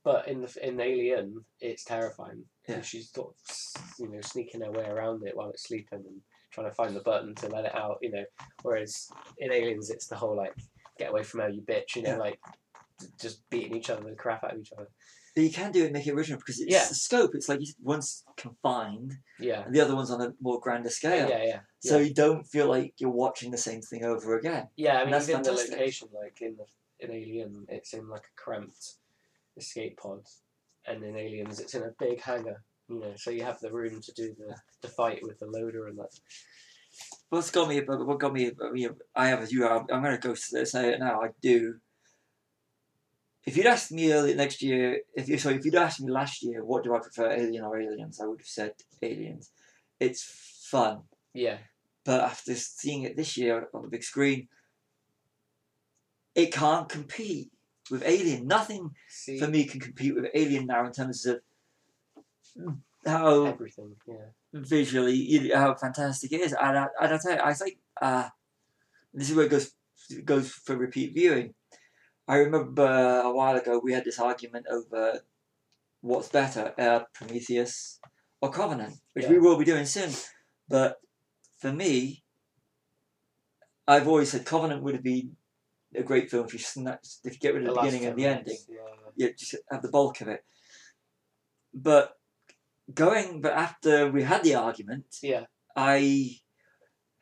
Speaker 2: But in the f- in Alien, it's terrifying. 'cause
Speaker 1: Yeah.
Speaker 2: She's sort of, s- you know, sneaking her way around it while it's sleeping and trying to find the button to let it out. You know, whereas in Aliens, it's the whole like get away from her, you bitch. You know,
Speaker 1: Yeah.
Speaker 2: like j- just beating each other, the crap out of each other.
Speaker 1: but you can do it and make it original because it's
Speaker 2: Yeah.
Speaker 1: the scope it's like you said, one's confined
Speaker 2: Yeah.
Speaker 1: and the other one's on a more grander
Speaker 2: Yeah,
Speaker 1: scale
Speaker 2: yeah, yeah.
Speaker 1: so you don't feel like you're watching the same thing over again
Speaker 2: Yeah, I mean,
Speaker 1: That's
Speaker 2: even
Speaker 1: fantastic.
Speaker 2: the location, like in the, in Alien, it's in like a cramped escape pod, and in Aliens, it's in a big hangar. You know, so you have the room to do the, the fight with the loader and that.
Speaker 1: what's got me but what got me I, mean, I have as you are I'm going to go s- say it now I do if you'd asked me early next year if you sorry if you'd asked me last year what do I prefer Alien or Aliens I would have said Aliens it's fun
Speaker 2: Yeah,
Speaker 1: but after seeing it this year on the big screen it can't compete with Alien nothing
Speaker 2: see
Speaker 1: for me can compete with Alien now in terms of how
Speaker 2: everything. Yeah,
Speaker 1: visually you know, how fantastic it is. And I, and I tell you, I think uh, this is where it goes it goes for repeat viewing. I remember a while ago we had this argument over what's better, uh, Prometheus or Covenant, which we
Speaker 2: Yeah.
Speaker 1: will be doing soon. But for me, I've always said Covenant would have been a great film if you snatched, if you get rid of the
Speaker 2: last
Speaker 1: beginning and
Speaker 2: ten
Speaker 1: the ending
Speaker 2: minutes, Yeah,
Speaker 1: yeah, just have the bulk of it. But going, but after we had the argument,
Speaker 2: Yeah.
Speaker 1: I,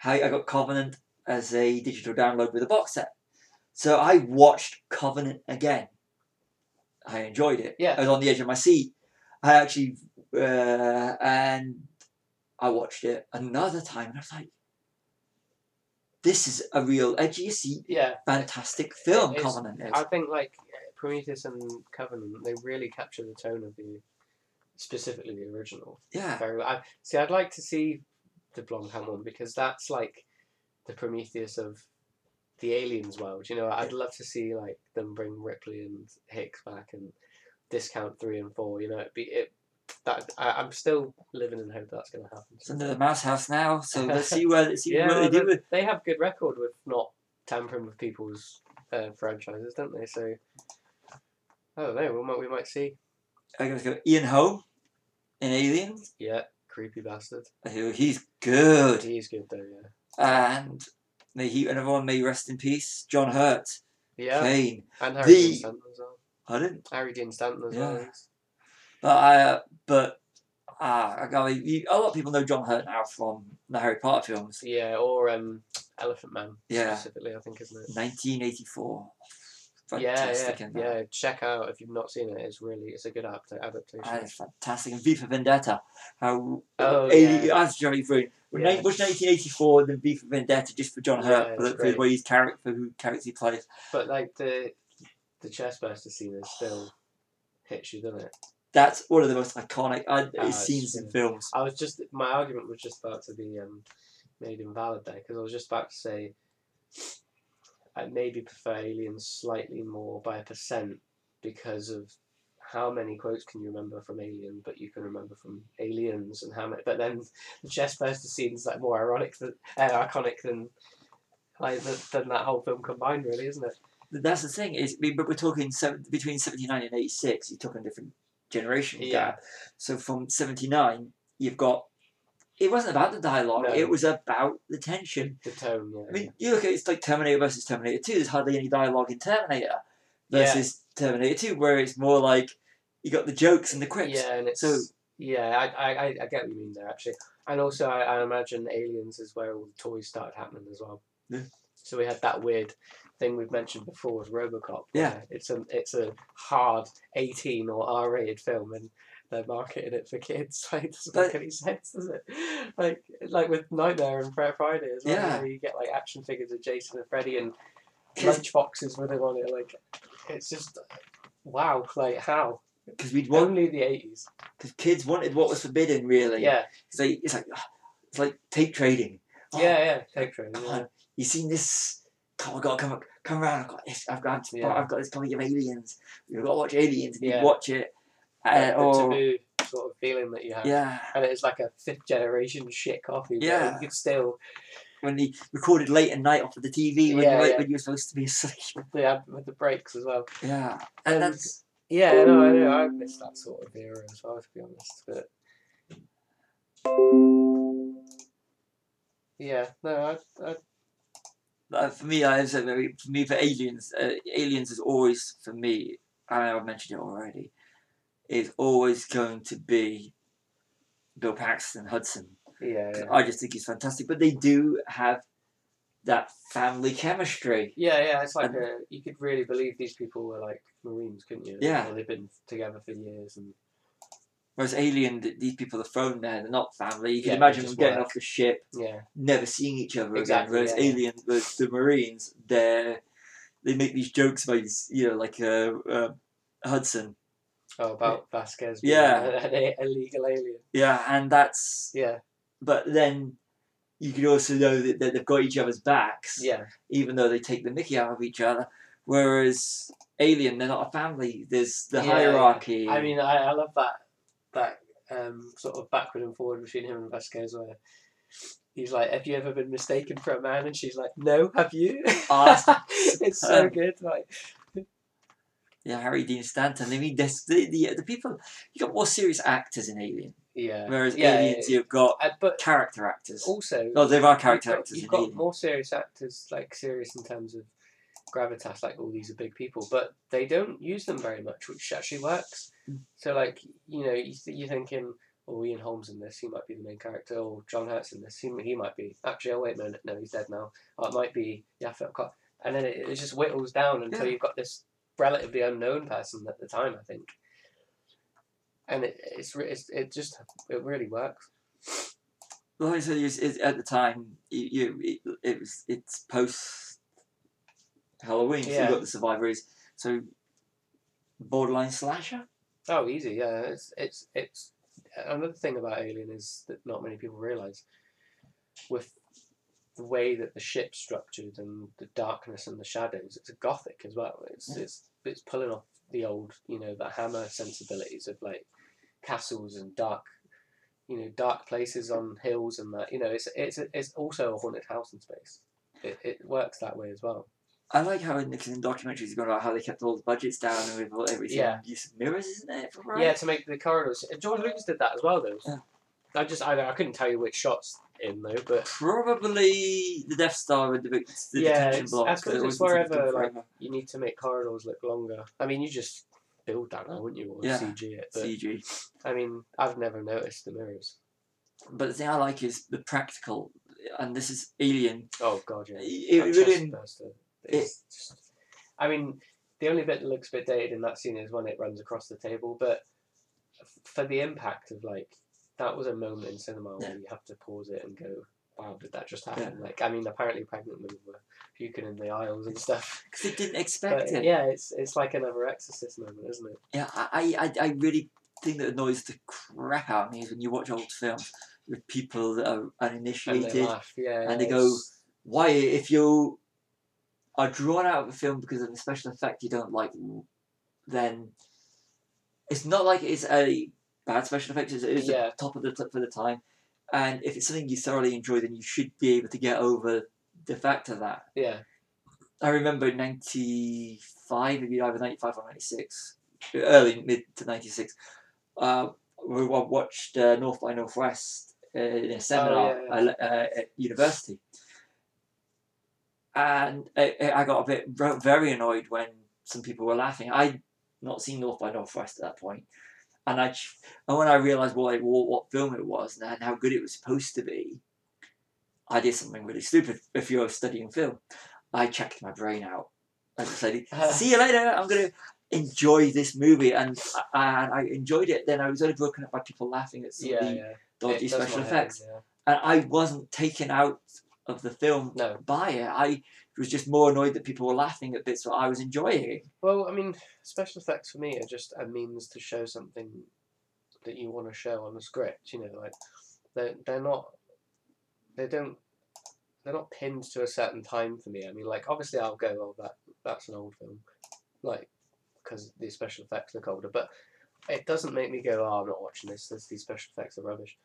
Speaker 1: I, I got Covenant as a digital download with a box set, so I watched Covenant again. I enjoyed it.
Speaker 2: Yeah.
Speaker 1: I was on the edge of my seat. I actually, uh, and I watched it another time, and I was like, "This is a real edge of your seat,
Speaker 2: yeah.
Speaker 1: fantastic film."
Speaker 2: It's-
Speaker 1: Covenant is.
Speaker 2: I think like Prometheus and Covenant, they really capture the tone of the specifically the original.
Speaker 1: yeah.
Speaker 2: very well. I, see, I'd like to see the Blomkamp one because that's like the Prometheus of the aliens world. You know, I'd love to see like them bring Ripley and Hicks back and discount three and four. You know, it'd be it. That I, I'm still living in hope that's going to happen.
Speaker 1: It's under the mouse house now, so
Speaker 2: (laughs)
Speaker 1: let's see where let's see what they
Speaker 2: well,
Speaker 1: do with.
Speaker 2: they have good record with not tampering with people's uh, franchises, don't they? So I don't know. We might we might see.
Speaker 1: I'm gonna go Ian Holm in Aliens.
Speaker 2: Yeah, creepy bastard.
Speaker 1: who- He's good,
Speaker 2: He's good though. Yeah.
Speaker 1: and may he and everyone may rest in peace. John Hurt,
Speaker 2: Yeah,
Speaker 1: Kane.
Speaker 2: and Harry Dean
Speaker 1: The-
Speaker 2: Stanton as well.
Speaker 1: I didn't,
Speaker 2: Harry Dean Stanton as
Speaker 1: Yeah.
Speaker 2: well.
Speaker 1: but I uh, but ah, I got you, a lot of people know John Hurt now from the Harry Potter films.
Speaker 2: Yeah, or um, Elephant Man
Speaker 1: Yeah,
Speaker 2: specifically, I think, isn't it?
Speaker 1: 1984.
Speaker 2: Yeah,
Speaker 1: Fantastic
Speaker 2: yeah,
Speaker 1: in that.
Speaker 2: yeah. Check out if you've not seen it. It's really it's a good adapt- adaptation.
Speaker 1: Ah, it's fantastic. And V for Vendetta. How uh,
Speaker 2: Oh,
Speaker 1: Ali-
Speaker 2: yeah.
Speaker 1: that's Johnny Brune. When
Speaker 2: Yeah.
Speaker 1: nine- was 1984 and then V for Vendetta just for John Hurt
Speaker 2: Yeah,
Speaker 1: for,
Speaker 2: it's
Speaker 1: the, for the
Speaker 2: great.
Speaker 1: way his character for who character he plays.
Speaker 2: But like the the chest burster scene is still hits you, doesn't it?
Speaker 1: That's one of the most iconic uh,
Speaker 2: Ah, it's
Speaker 1: scenes in
Speaker 2: brilliant.
Speaker 1: films.
Speaker 2: I was just my argument was just about to be um made invalid there because I was just about to say I maybe prefer Aliens slightly more by a percent because of how many quotes can you remember from Alien, but you can remember from Aliens, and how many. But then the chest burster scene's like more ironic than uh, iconic than like than, than that whole film combined, really, isn't it?
Speaker 1: But that's the thing is, I mean, but we're talking seven, between 79 and 86. You're talking different generation
Speaker 2: Yeah.
Speaker 1: gap. So from 79, you've got it wasn't about the dialogue.
Speaker 2: No.
Speaker 1: It was about the tension.
Speaker 2: The tone, yeah.
Speaker 1: I mean, you look at it's like Terminator versus Terminator Two. There's hardly any dialogue in Terminator versus Terminator Two, where it's more like you got the jokes and the quips.
Speaker 2: Yeah, and it's
Speaker 1: So-
Speaker 2: yeah, I, I, I- I get what you mean there actually, and also I, I imagine Aliens is where all the toys started happening as well.
Speaker 1: Yeah.
Speaker 2: So we had that weird thing we've mentioned before with RoboCop.
Speaker 1: Yeah.
Speaker 2: where it's a it's a hard eighteen or R rated film, and they're marketing it for kids. (laughs) Like, it doesn't
Speaker 1: But-
Speaker 2: make any sense, does it? Like like with Nightmare and Fre- Friday as well,
Speaker 1: Yeah.
Speaker 2: where you get like action figures of Jason and Freddy and
Speaker 1: Because
Speaker 2: lunchboxes with him on it. Like it's just wow, like how
Speaker 1: we'd want
Speaker 2: only the eighties.
Speaker 1: because kids wanted what was forbidden. Really,
Speaker 2: Yeah.
Speaker 1: It's like it's like ah, it's like tape trading. Oh,
Speaker 2: Yeah, yeah, tape trading.
Speaker 1: Come
Speaker 2: Yeah.
Speaker 1: on, you seen this? Come on, gotta come come around. I've got this. I've got
Speaker 2: Yeah.
Speaker 1: I've got this comic of aliens. You've got to watch aliens. and You
Speaker 2: Yeah.
Speaker 1: watch it. (laughs) Uh,
Speaker 2: Like the
Speaker 1: or
Speaker 2: taboo sort of feeling that you have.
Speaker 1: yeah,
Speaker 2: And it's like a fifth generation shit coffee. but
Speaker 1: Yeah.
Speaker 2: You could still
Speaker 1: when they recorded late at night off of the TV when
Speaker 2: Yeah,
Speaker 1: you like,
Speaker 2: yeah.
Speaker 1: when you were supposed to be asleep.
Speaker 2: they have with the breaks as well.
Speaker 1: Yeah, and
Speaker 2: Um,
Speaker 1: that's
Speaker 2: Yeah, no, I know. I miss that sort of era as well, to be honest. But yeah, no, I, I,
Speaker 1: uh, for me. I said very for me for aliens. Uh, aliens is always for me. I know I've mentioned it already. Is always going to be Bill Paxton Hudson.
Speaker 2: yeah, yeah,
Speaker 1: I just think he's fantastic. But they do have that family chemistry.
Speaker 2: yeah, yeah. It's like
Speaker 1: And-
Speaker 2: a, you could really believe these people were like Marines, couldn't you?
Speaker 1: Yeah.
Speaker 2: Or they've been together for years, and
Speaker 1: Whereas Alien, th- these people are thrown there, they're not family. You can
Speaker 2: Yeah, they
Speaker 1: imagine them
Speaker 2: just
Speaker 1: getting
Speaker 2: work.
Speaker 1: off the ship,
Speaker 2: yeah,
Speaker 1: never seeing each other
Speaker 2: Exactly,
Speaker 1: again. Whereas
Speaker 2: yeah, yeah.
Speaker 1: Alien, whereas the Marines, they're, they make these jokes about, these, you know, like uh, uh, Hudson.
Speaker 2: oh, about Vasquez, being
Speaker 1: Yeah.
Speaker 2: (laughs) an a- illegal alien,
Speaker 1: Yeah, and that's.
Speaker 2: yeah,
Speaker 1: But then you can also know that, that they've got each other's backs.
Speaker 2: yeah.
Speaker 1: even though they take the mickey out of each other. Whereas Alien, they're not a family. There's the
Speaker 2: Yeah,
Speaker 1: hierarchy.
Speaker 2: I mean, I, I love that that um, sort of backward and forward between him and Vasquez, where he's like, "Have you ever been mistaken for a man?" and she's like, "No, have you?"
Speaker 1: Ah,
Speaker 2: (laughs) it's so
Speaker 1: um,
Speaker 2: good. Like,
Speaker 1: yeah, Harry Dean Stanton. I mean, there's the, the the people. You got more serious actors in Alien,
Speaker 2: yeah.
Speaker 1: whereas
Speaker 2: yeah,
Speaker 1: Aliens
Speaker 2: yeah.
Speaker 1: you've got
Speaker 2: Uh, but
Speaker 1: character actors.
Speaker 2: also,
Speaker 1: No, there are
Speaker 2: you've
Speaker 1: character
Speaker 2: got,
Speaker 1: actors
Speaker 2: you've
Speaker 1: in
Speaker 2: got
Speaker 1: Alien.
Speaker 2: more serious actors, like serious in terms of gravitas, like all these are big people, but they don't use them very much, which actually works. So, like, you know, you th- you're thinking, oh, Ian Holmes in this, he might be the main character, or John Hurts in this, he, he might be. Actually, oh, wait, no, no, no, he's dead now. Or it might be Yaphet Cop. And then it, it just whittles down until
Speaker 1: Yeah.
Speaker 2: you've got this relatively unknown person at the time, I think. And it, it's, re- it's it just it really works.
Speaker 1: Like I said, it's, it's, at the time, you, you it, it was it's post Halloween. So
Speaker 2: Yeah.
Speaker 1: you got the Survivor is so borderline slasher.
Speaker 2: Oh, easy, yeah. It's it's it's another thing about Alien is that not many people realize with the way that the ship's structured and the darkness and the shadows. It's a gothic as well. It's
Speaker 1: Yeah.
Speaker 2: it's it's pulling off the old, you know, the Hammer sensibilities of like castles and dark, you know, dark places on hills and that. You know, it's it's it's also a haunted house in space. It it works that way as well.
Speaker 1: I like how in, cause in documentaries you go about how they kept all the budgets down and with all everything.
Speaker 2: Yeah.
Speaker 1: Use of mirrors, isn't it? if I'm right?
Speaker 2: Yeah, to make the corridors. George Lucas did that as well, though.
Speaker 1: Yeah.
Speaker 2: I just I, I couldn't tell you which shots in though, but
Speaker 1: Probably the Death Star with the, big- the
Speaker 2: Yeah,
Speaker 1: detention
Speaker 2: it's-
Speaker 1: block.
Speaker 2: I
Speaker 1: 'cause
Speaker 2: suppose
Speaker 1: it
Speaker 2: it's
Speaker 1: wasn't taken
Speaker 2: wherever,
Speaker 1: forever.
Speaker 2: you need to make corridors look longer. I mean, you just build that now, wouldn't you, or
Speaker 1: Yeah.
Speaker 2: CG it? But,
Speaker 1: CG.
Speaker 2: I mean, I've never noticed the mirrors.
Speaker 1: But the thing I like is the practical, and this is Alien.
Speaker 2: Oh god, yeah.
Speaker 1: It
Speaker 2: That
Speaker 1: really,
Speaker 2: chest burster is just- I mean, the only bit that looks a bit dated in that scene is when it runs across the table, but f- for the impact of like that was a moment in cinema where you have to pause it and go, "Wow, did that just happen?" Like, I mean, apparently pregnant women were puking in the aisles and stuff.
Speaker 1: because it didn't expect
Speaker 2: But
Speaker 1: it.
Speaker 2: yeah, it's it's like another Exorcist moment, isn't it?
Speaker 1: Yeah, I, I, I really think that annoys the crap out of me is when you watch old films with people that are
Speaker 2: And they
Speaker 1: uninitiated.
Speaker 2: laugh, yeah.
Speaker 1: and they go,
Speaker 2: it's-
Speaker 1: Why, if you are drawn out of a film because of a special effect you don't like, then it's not like it's a bad special effect. It's, it's
Speaker 2: Yeah.
Speaker 1: the top of the tip for the time. And if it's something you thoroughly enjoy, then you should be able to get over the fact of that.
Speaker 2: yeah,
Speaker 1: I remember in 95, maybe either 95 or 96, early mid to 96, uh, we wa- watched uh, North by Northwest uh, in a seminar
Speaker 2: Oh, yeah, yeah.
Speaker 1: uh, uh, at university, and I, I got a bit ro- very annoyed when some people were laughing. I'd not seen North by Northwest at that point, and I ch- and when I realised what it, what what film it was and how good it was supposed to be, I did something really stupid. If you're studying film, I checked my brain out. I decided,
Speaker 2: (laughs)
Speaker 1: see you later. I'm gonna enjoy this movie, and and I enjoyed it. Then I was only broken up by people laughing at some of
Speaker 2: yeah,
Speaker 1: the
Speaker 2: yeah.
Speaker 1: dodgy
Speaker 2: It does
Speaker 1: special
Speaker 2: not happen,
Speaker 1: effects, and I wasn't taken out of the film
Speaker 2: yeah. No.
Speaker 1: by it. I was just more annoyed that people were laughing at bits that I was enjoying.
Speaker 2: Well, I mean, special effects for me are just a means to show something that you want to show on a script. You know, like they're they're not they don't they're not pinned to a certain time for me. I mean, like obviously I'll go, oh that that's an old film, like because the special effects look older, but it doesn't make me go, oh I'm not watching this. This these special effects are rubbish.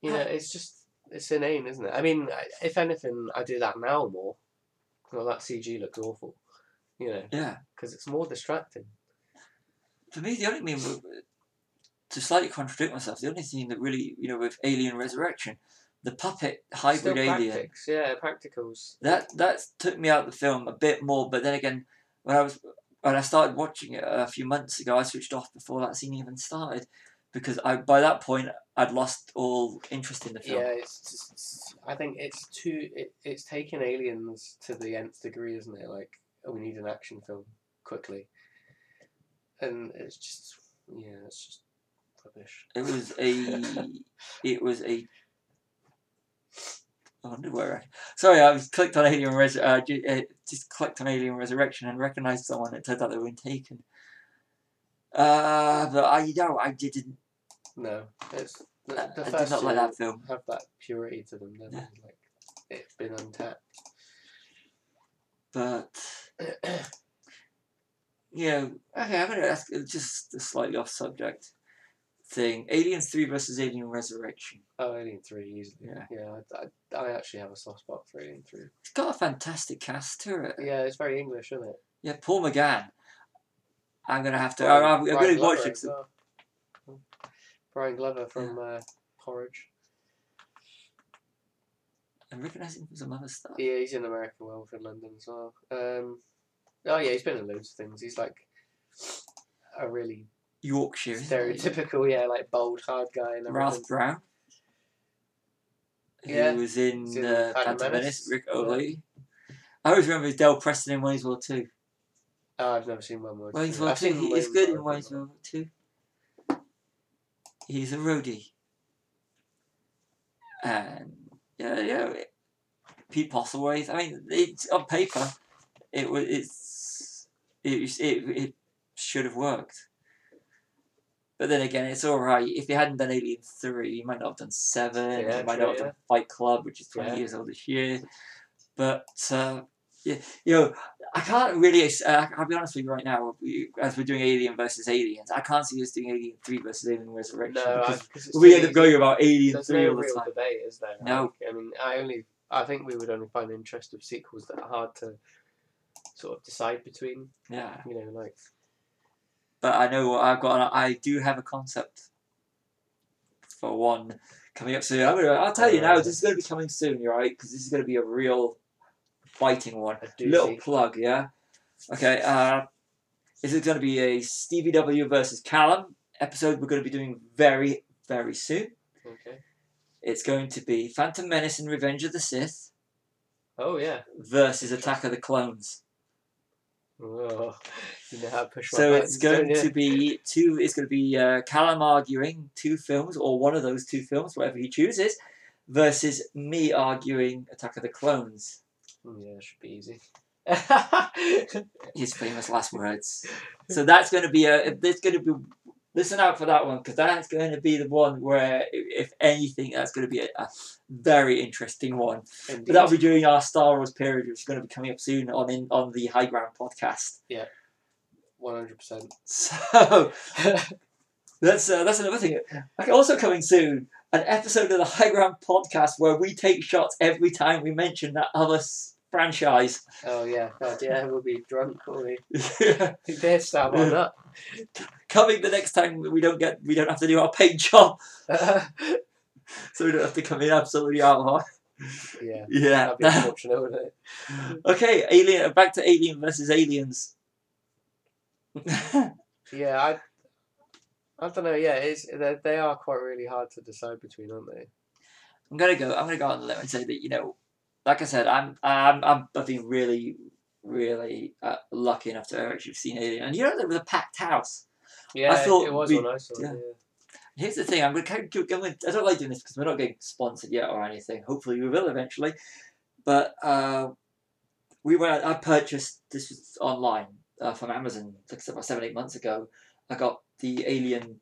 Speaker 2: You know, it's just it's inane, isn't it? I mean, I- if anything, I do that now more. Well, that CG looks awful. You know
Speaker 1: Yeah,
Speaker 2: because it's more distracting.
Speaker 1: for me, the only mean to slightly contradict myself, the only thing that really you know with Alien Resurrection, the puppet hybrid
Speaker 2: Still
Speaker 1: alien.
Speaker 2: practics, yeah, practicals.
Speaker 1: that that took me out of the film a bit more. But then again, when I was when I started watching it a few months ago, I switched off before that scene even started because I by that point I'd lost all interest in the film.
Speaker 2: Yeah, it's just, I think it's too. It, it's taken aliens to the nth degree, isn't it? Like we need an action film quickly, and it's just yeah, it's just rubbish.
Speaker 1: It was a it was a. I wonder where. I, sorry, I was clicked on Alien Res. Uh, ju- uh, just clicked on Alien Resurrection and recognised someone. It turned out they were in Taken. Uh, but I you know I didn't.
Speaker 2: No, it's the,
Speaker 1: I,
Speaker 2: the
Speaker 1: I did
Speaker 2: first
Speaker 1: not
Speaker 2: two
Speaker 1: like that film.
Speaker 2: have that purity to them. Then like it's been untapped.
Speaker 1: but (clears throat) yeah, okay, I'm gonna ask uh, just a slightly off subject thing. Aliens Three versus Alien Resurrection.
Speaker 2: Oh, Alien Three easily.
Speaker 1: Yeah.
Speaker 2: yeah I, I, I actually have a soft spot for Alien Three.
Speaker 1: It's got a fantastic cast to it.
Speaker 2: Yeah, it's very English, isn't it?
Speaker 1: Yeah, Paul McGann. I'm gonna have to.
Speaker 2: Brian-
Speaker 1: I'm, I'm
Speaker 2: Brian
Speaker 1: gonna
Speaker 2: Glover
Speaker 1: watch it.
Speaker 2: as well. Brian Glover from uh, Porridge.
Speaker 1: I'm recognizing from some other stuff.
Speaker 2: Yeah, he's in American Werewolf in London as well. Um, oh yeah, he's been in loads of things. He's like a really
Speaker 1: Yorkshire. isn't it?
Speaker 2: stereotypical, yeah, like bold, hard guy and everything.
Speaker 1: Ralph Brown.
Speaker 2: Yeah,
Speaker 1: Who was in
Speaker 2: he's in
Speaker 1: uh,
Speaker 2: Phantom
Speaker 1: Phantom
Speaker 2: Menace.
Speaker 1: Menace? Rick
Speaker 2: Yeah.
Speaker 1: O'Leary. I always remember Del Preston in Wayne's World Two.
Speaker 2: Oh, I've never seen one more.
Speaker 1: Wayne's World
Speaker 2: I've
Speaker 1: Two.
Speaker 2: seen
Speaker 1: He
Speaker 2: Wayne's
Speaker 1: is good in
Speaker 2: World,
Speaker 1: Wayne's
Speaker 2: but-
Speaker 1: World Two. He's a roadie. And yeah, yeah. it- Pete Postlewaite. I mean, it's on paper. It was. It's. It, was- it. It should have worked. But then again, it's all right. If they hadn't done Alien Three, you might not have done Seven.
Speaker 2: Yeah,
Speaker 1: you might
Speaker 2: true,
Speaker 1: not have
Speaker 2: yeah.
Speaker 1: done Fight Club, which is twenty
Speaker 2: Yeah.
Speaker 1: years old this year. But uh, yeah, you know, I can't really. Uh, I'll be honest with you right now. We, as we're doing Alien versus Aliens, I can't see us doing Alien Three versus Alien Resurrection
Speaker 2: No, I,
Speaker 1: because
Speaker 2: 'cause it's
Speaker 1: we
Speaker 2: too
Speaker 1: end up
Speaker 2: easy.
Speaker 1: going about Alien
Speaker 2: There's
Speaker 1: Three
Speaker 2: no
Speaker 1: all the
Speaker 2: real
Speaker 1: time.
Speaker 2: debate, is there?
Speaker 1: No.
Speaker 2: Like, I mean, I only, I think we would only find interest of sequels that are hard to sort of decide between.
Speaker 1: Yeah,
Speaker 2: You know, like
Speaker 1: but I know I've got. An, I do have a concept for one coming up soon. I'm gonna, I'll tell you now. This is going to be coming soon, you're right, because this is going to be a real fighting one.
Speaker 2: a doozy.
Speaker 1: Little plug, yeah. Okay. Uh, this is going to be a Stevie W versus Callum episode. We're going to be doing very, very soon.
Speaker 2: Okay.
Speaker 1: It's going to be Phantom Menace and Revenge of the Sith
Speaker 2: Oh yeah.
Speaker 1: versus Attack of the Clones.
Speaker 2: Oh, (laughs) you know how to push. my
Speaker 1: So
Speaker 2: buttons,
Speaker 1: it's going
Speaker 2: don't you?
Speaker 1: to be two. It's going to be uh, Callum arguing two films or one of those two films, whatever he chooses, versus me arguing Attack of the Clones.
Speaker 2: Mm, Yeah, it should be easy. (laughs)
Speaker 1: His famous last words. So that's going to be a. There's going to be. Listen out for that one because that's going to be the one where, i- if anything, that's going to be a, a very interesting one. But that'll be during our Star Wars period, which is going to be coming up soon on in, on the High Ground podcast.
Speaker 2: one hundred percent.
Speaker 1: So (laughs) that's uh, that's another thing. Okay, also coming soon, an episode of the High Ground podcast where we take shots every time we mention that other s- franchise. (laughs)
Speaker 2: Oh yeah, God, yeah, we'll be drunk, will (laughs) we?
Speaker 1: coming
Speaker 2: We dare start one up.
Speaker 1: the next time we don't get we don't have to do our paid job. so we don't have to come in absolutely out hot.
Speaker 2: (laughs) Yeah.
Speaker 1: Yeah.
Speaker 2: That'd be unfortunate, wouldn't it?
Speaker 1: (laughs) okay, Alien. Back to Alien versus Aliens.
Speaker 2: Yeah, I. I don't know. Yeah, it's they they are quite really hard to decide between, aren't they?
Speaker 1: I'm gonna go. I'm gonna go on the limb and say that you know, like I said, I'm I'm I'm I've been really really uh, lucky enough to have actually seen Alien, and you know there was a packed house.
Speaker 2: Yeah, it-
Speaker 1: thought
Speaker 2: it was
Speaker 1: we-
Speaker 2: when I saw it.
Speaker 1: yeah.
Speaker 2: yeah.
Speaker 1: Here's the thing. I'm gonna kind of keep going. I don't like doing this because we're not getting sponsored yet or anything. Hopefully we will eventually, but uh, we went. I purchased this was online uh, from Amazon like about seven eight months ago. I got the Alien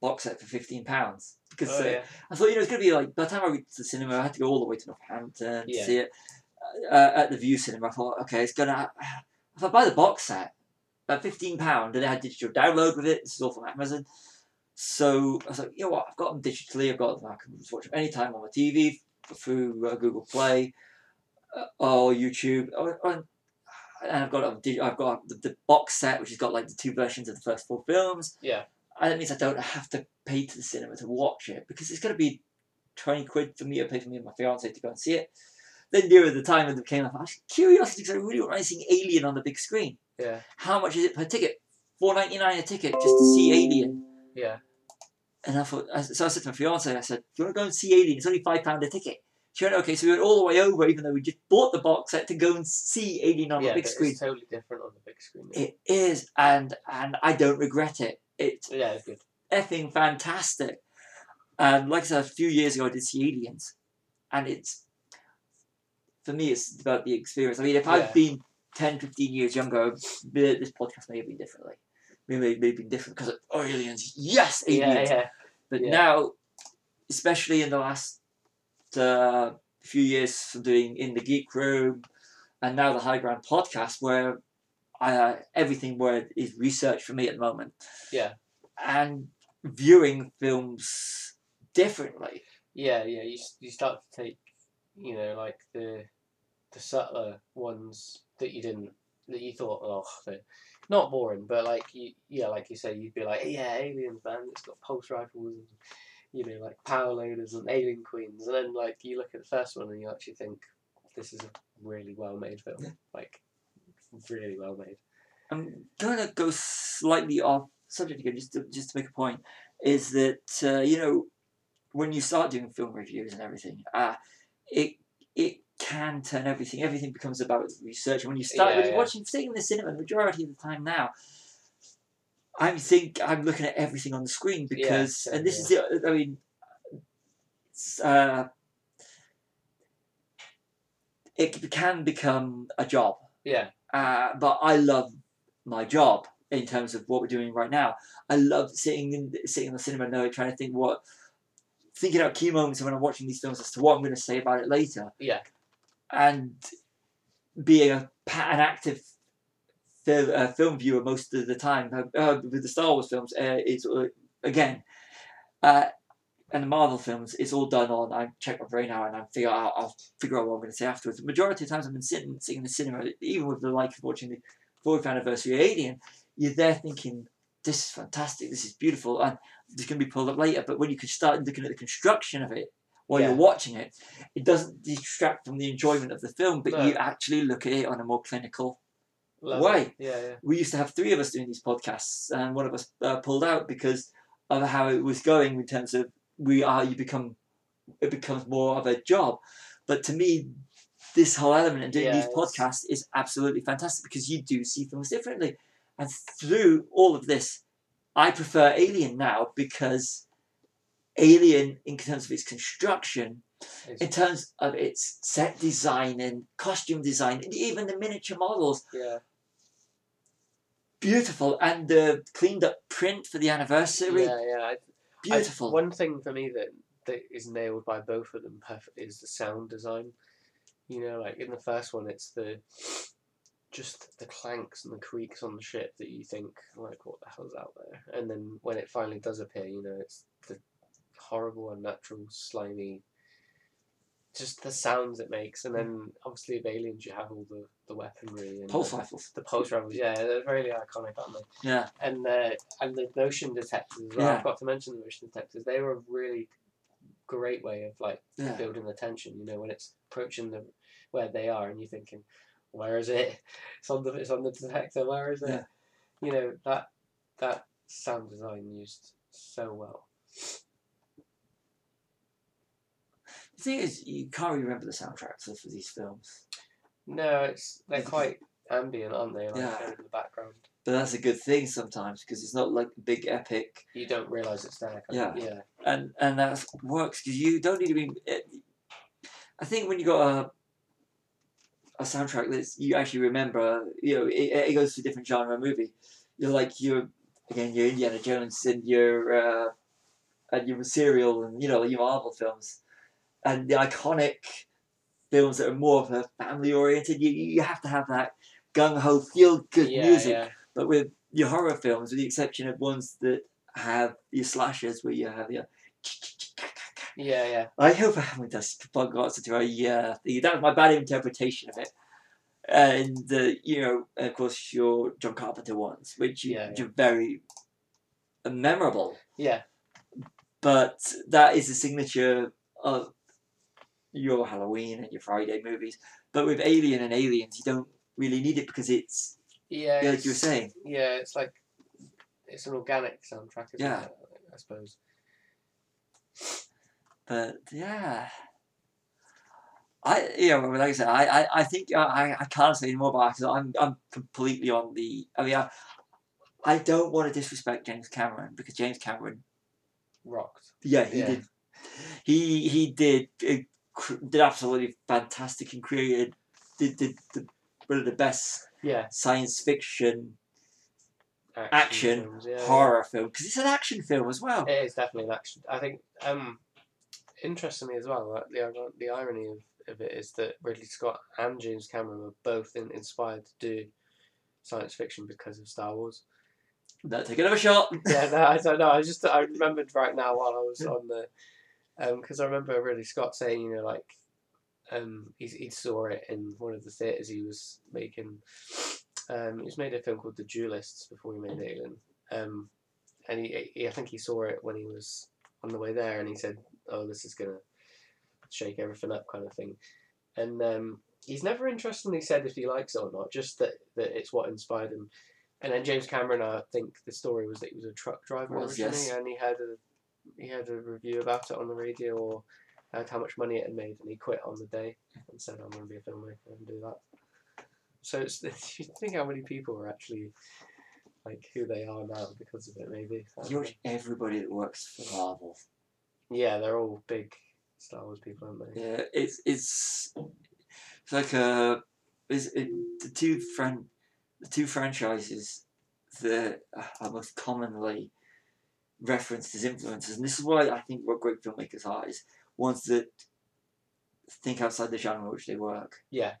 Speaker 1: box set for fifteen pounds because
Speaker 2: Oh,
Speaker 1: uh,
Speaker 2: yeah.
Speaker 1: I thought, you know, it's going to be like, by the time I went to the cinema, I had to go all the way to Northampton to
Speaker 2: Yeah.
Speaker 1: see it uh, at the View Cinema. I thought, okay, it's going to. If (sighs) I buy the box set at £15 and it had digital download with it, this is all from Amazon. So I was like, you know what, I've got them digitally, I've got them, I can just watch them anytime on my TV through uh, Google Play uh, or YouTube. Or, or- and I've got it on dig- I've got the, the box set, which has got like the two versions of the first four films.
Speaker 2: Yeah.
Speaker 1: And that means I don't have to pay to the cinema to watch it because it's going to be 20 quid for me to pay for me and my fiance to go and see it. Then nearer the time when it came up, I was curiosity because I really want to see Alien on the big screen.
Speaker 2: Yeah.
Speaker 1: How much is it per ticket? Four ninety nine a ticket just to see Alien.
Speaker 2: Yeah.
Speaker 1: And I thought, I- so I said to my fiance, I said, "Do you want to go and see Alien? It's only five pound a ticket." She went, "Okay." So we went all the way over, even though we just bought the box set to go and see Alien on
Speaker 2: yeah,
Speaker 1: the big
Speaker 2: but
Speaker 1: screen.
Speaker 2: It's totally different on the big screen. Yeah,
Speaker 1: It is, and and I don't regret it. It's
Speaker 2: yeah it's good.
Speaker 1: effing fantastic. And like I said, a few years ago, I did see Aliens, and it's for me, it's about the experience. I mean, if
Speaker 2: Yeah.
Speaker 1: I've been 10, 15 years younger, the- this podcast may have been differently. Maybe may, may have been different because oh, Aliens, yes, Aliens.
Speaker 2: Yeah, yeah.
Speaker 1: But
Speaker 2: yeah.
Speaker 1: now, especially in the last uh, few years from doing in the geek room, and now the High Ground podcast, where I, uh, everything where is research for me at the moment.
Speaker 2: Yeah.
Speaker 1: And viewing films differently.
Speaker 2: Yeah, yeah. You s- you start to take, you know, like the the subtler ones that you didn't that you thought, oh, they're not boring, but like you, yeah, like you say, you'd be like, yeah, aliens, man, it's got pulse rifles and you know, like power loaders and alien queens, and then like you look at the first one and you actually think, this is a really well made film, like really well made.
Speaker 1: I'm gonna go slightly off subject again, just to, just to make a point, is that uh, you know when you start doing film reviews and everything, uh, it it can turn everything. Everything becomes about research. And when you start
Speaker 2: Yeah,
Speaker 1: really
Speaker 2: yeah.
Speaker 1: watching, particularly in the cinema, the majority of the time now, I think I'm looking at everything on the screen
Speaker 2: Yeah,
Speaker 1: because,
Speaker 2: same
Speaker 1: and this is the, I mean, it's, uh, it can become a job
Speaker 2: Yeah,
Speaker 1: uh, but I love my job in terms of what we're doing right now. I love sitting in sitting in the cinema now, trying to think what, thinking out key moments when I'm watching these films as to what I'm going to say about it later,
Speaker 2: yeah,
Speaker 1: and being a pa- an active fil- uh, film viewer most of the time uh, uh, with the Star Wars films. Uh, it's uh, again. Uh, and the Marvel films, it's all done on. I check my brain out and I figure out. I'll figure out what I'm going to say afterwards. The majority of times I've been sitting, sitting in the cinema, even with the like of watching the 40th anniversary of Alien, you're there thinking, "This is fantastic. This is beautiful." And it's going to be pulled up later. But when you can start looking at the construction of it while
Speaker 2: Yeah.
Speaker 1: you're watching it, it doesn't distract from the enjoyment of the film. But
Speaker 2: No.
Speaker 1: you actually look at it on a more clinical
Speaker 2: Love it.
Speaker 1: Why?
Speaker 2: Yeah, yeah.
Speaker 1: we used to have three of us doing these podcasts, and one of us uh, pulled out because of how it was going in terms of we are you become it becomes more of a job. But to me, this whole element and doing
Speaker 2: Yeah,
Speaker 1: these
Speaker 2: it's-
Speaker 1: podcasts is absolutely fantastic because you do see films differently, and through all of this, I prefer Alien now because Alien, in terms of its construction,
Speaker 2: It's-
Speaker 1: in terms of uh, its set design and costume design, and even the miniature models
Speaker 2: yeah.
Speaker 1: beautiful and the cleaned up print for the anniversary
Speaker 2: Yeah, yeah. I- I-
Speaker 1: beautiful
Speaker 2: one thing for me that that is nailed by both of them perf- is the sound design. You know, like in the first one, it's the just the clanks and the creaks on the ship that you think like, what the hell's out there? And then when it finally does appear, you know, it's the horrible, unnatural, slimy. Just the sounds it makes, and then obviously of aliens, you have all the, the weaponry and
Speaker 1: pulse
Speaker 2: the,
Speaker 1: rifles
Speaker 2: the pulse rifles. Yeah, they're really iconic, aren't they?
Speaker 1: yeah
Speaker 2: and the and the motion detectors as well.
Speaker 1: Yeah.
Speaker 2: I forgot to mention the motion detectors. They were really great way of like
Speaker 1: Yeah.
Speaker 2: building the tension. You know, when it's approaching the where they are, and you're thinking, "Where is it? (laughs) It's on the it's on the detector. Where is it?"
Speaker 1: Yeah.
Speaker 2: You know that that sound design used so well.
Speaker 1: The thing is, you can't really remember the soundtracks for, for these films,
Speaker 2: No, it's they're
Speaker 1: Because-
Speaker 2: quite ambient, aren't they? Like
Speaker 1: Yeah.
Speaker 2: they're in the background,
Speaker 1: but that's a good thing sometimes because it's not like big epic,
Speaker 2: you don't realise it's there. kind
Speaker 1: Yeah.
Speaker 2: of- yeah,
Speaker 1: and and that works because you don't need to be. It, I think when you got a a soundtrack that you actually remember, you know, it, it goes to a different genre of movie. You're like you're again, you're Indiana Jones and your uh, and your serial and you know your Marvel films, and the iconic films that are more of a family oriented. You you have to have that gung ho, feel good
Speaker 2: yeah,
Speaker 1: music.
Speaker 2: Yeah.
Speaker 1: But with your horror films, with the exception of ones that have your slashers where you have your.
Speaker 2: yeah, yeah.
Speaker 1: I hope I haven't just bug lots into a yeah. uh, That was my bad interpretation of it. And uh, you know, of course, your John Carpenter ones, which you,
Speaker 2: Yeah, yeah.
Speaker 1: are very memorable.
Speaker 2: Yeah.
Speaker 1: But that is the signature of your Halloween and your Friday movies. But with Alien and Aliens, you don't really need it because it's
Speaker 2: Yeah,
Speaker 1: yeah, like you were
Speaker 2: it's-
Speaker 1: saying,
Speaker 2: yeah, it's like it's an organic soundtrack, isn't
Speaker 1: Yeah.
Speaker 2: it? I suppose.
Speaker 1: but yeah. I you know like I said I I, I think uh, I, I- I can't say any more about because I'm I'm completely on the I mean I, I don't want to disrespect James Cameron because James Cameron
Speaker 2: Rocked.
Speaker 1: yeah he
Speaker 2: Yeah.
Speaker 1: did he he did uh, cr- did absolutely fantastic and created did did the, one of the best
Speaker 2: Yeah.
Speaker 1: science fiction
Speaker 2: Action.
Speaker 1: Action,
Speaker 2: films, yeah, yeah.
Speaker 1: horror film because it's an action film as well
Speaker 2: It is definitely an action. I think. Um, interestingly as well, like, the iron- the irony of, of it is that Ridley Scott and James Cameron were both in, inspired to do science fiction because of
Speaker 1: (laughs)
Speaker 2: Star Wars.
Speaker 1: not taking another shot
Speaker 2: yeah, no, I don't know. I just I remembered right now while I was on the, because I remember Ridley Scott saying, you know, like, um, he, he saw it in one of the theaters he was making. Um, he's made a film called The Duelists before he made Alien. Um, and he, he, I think he saw it when he was on the way there, and he said, "Oh, this is gonna shake everything up," kind of thing. And um, he's never interestingly said if he likes it or not, just that that it's what inspired him. And then James Cameron, I think the story was that he was a truck driver
Speaker 1: Was,
Speaker 2: originally,
Speaker 1: yes.
Speaker 2: and he had a he had a review about it on the radio or had how much money it had made, and he quit on the day and said, "I'm going to be a filmmaker and do that." So it's (laughs) you think how many people are actually like who they are now because of it, maybe. I don't
Speaker 1: you
Speaker 2: know.
Speaker 1: watch everybody that works for Marvel
Speaker 2: Yeah, they're all big Star Wars people, aren't they?
Speaker 1: Yeah, it's it's it's like a is it the two fran the two franchises that are most commonly referenced as influences, and this is why I think what great filmmakers are is ones that think outside the genre in which they work.
Speaker 2: Yeah.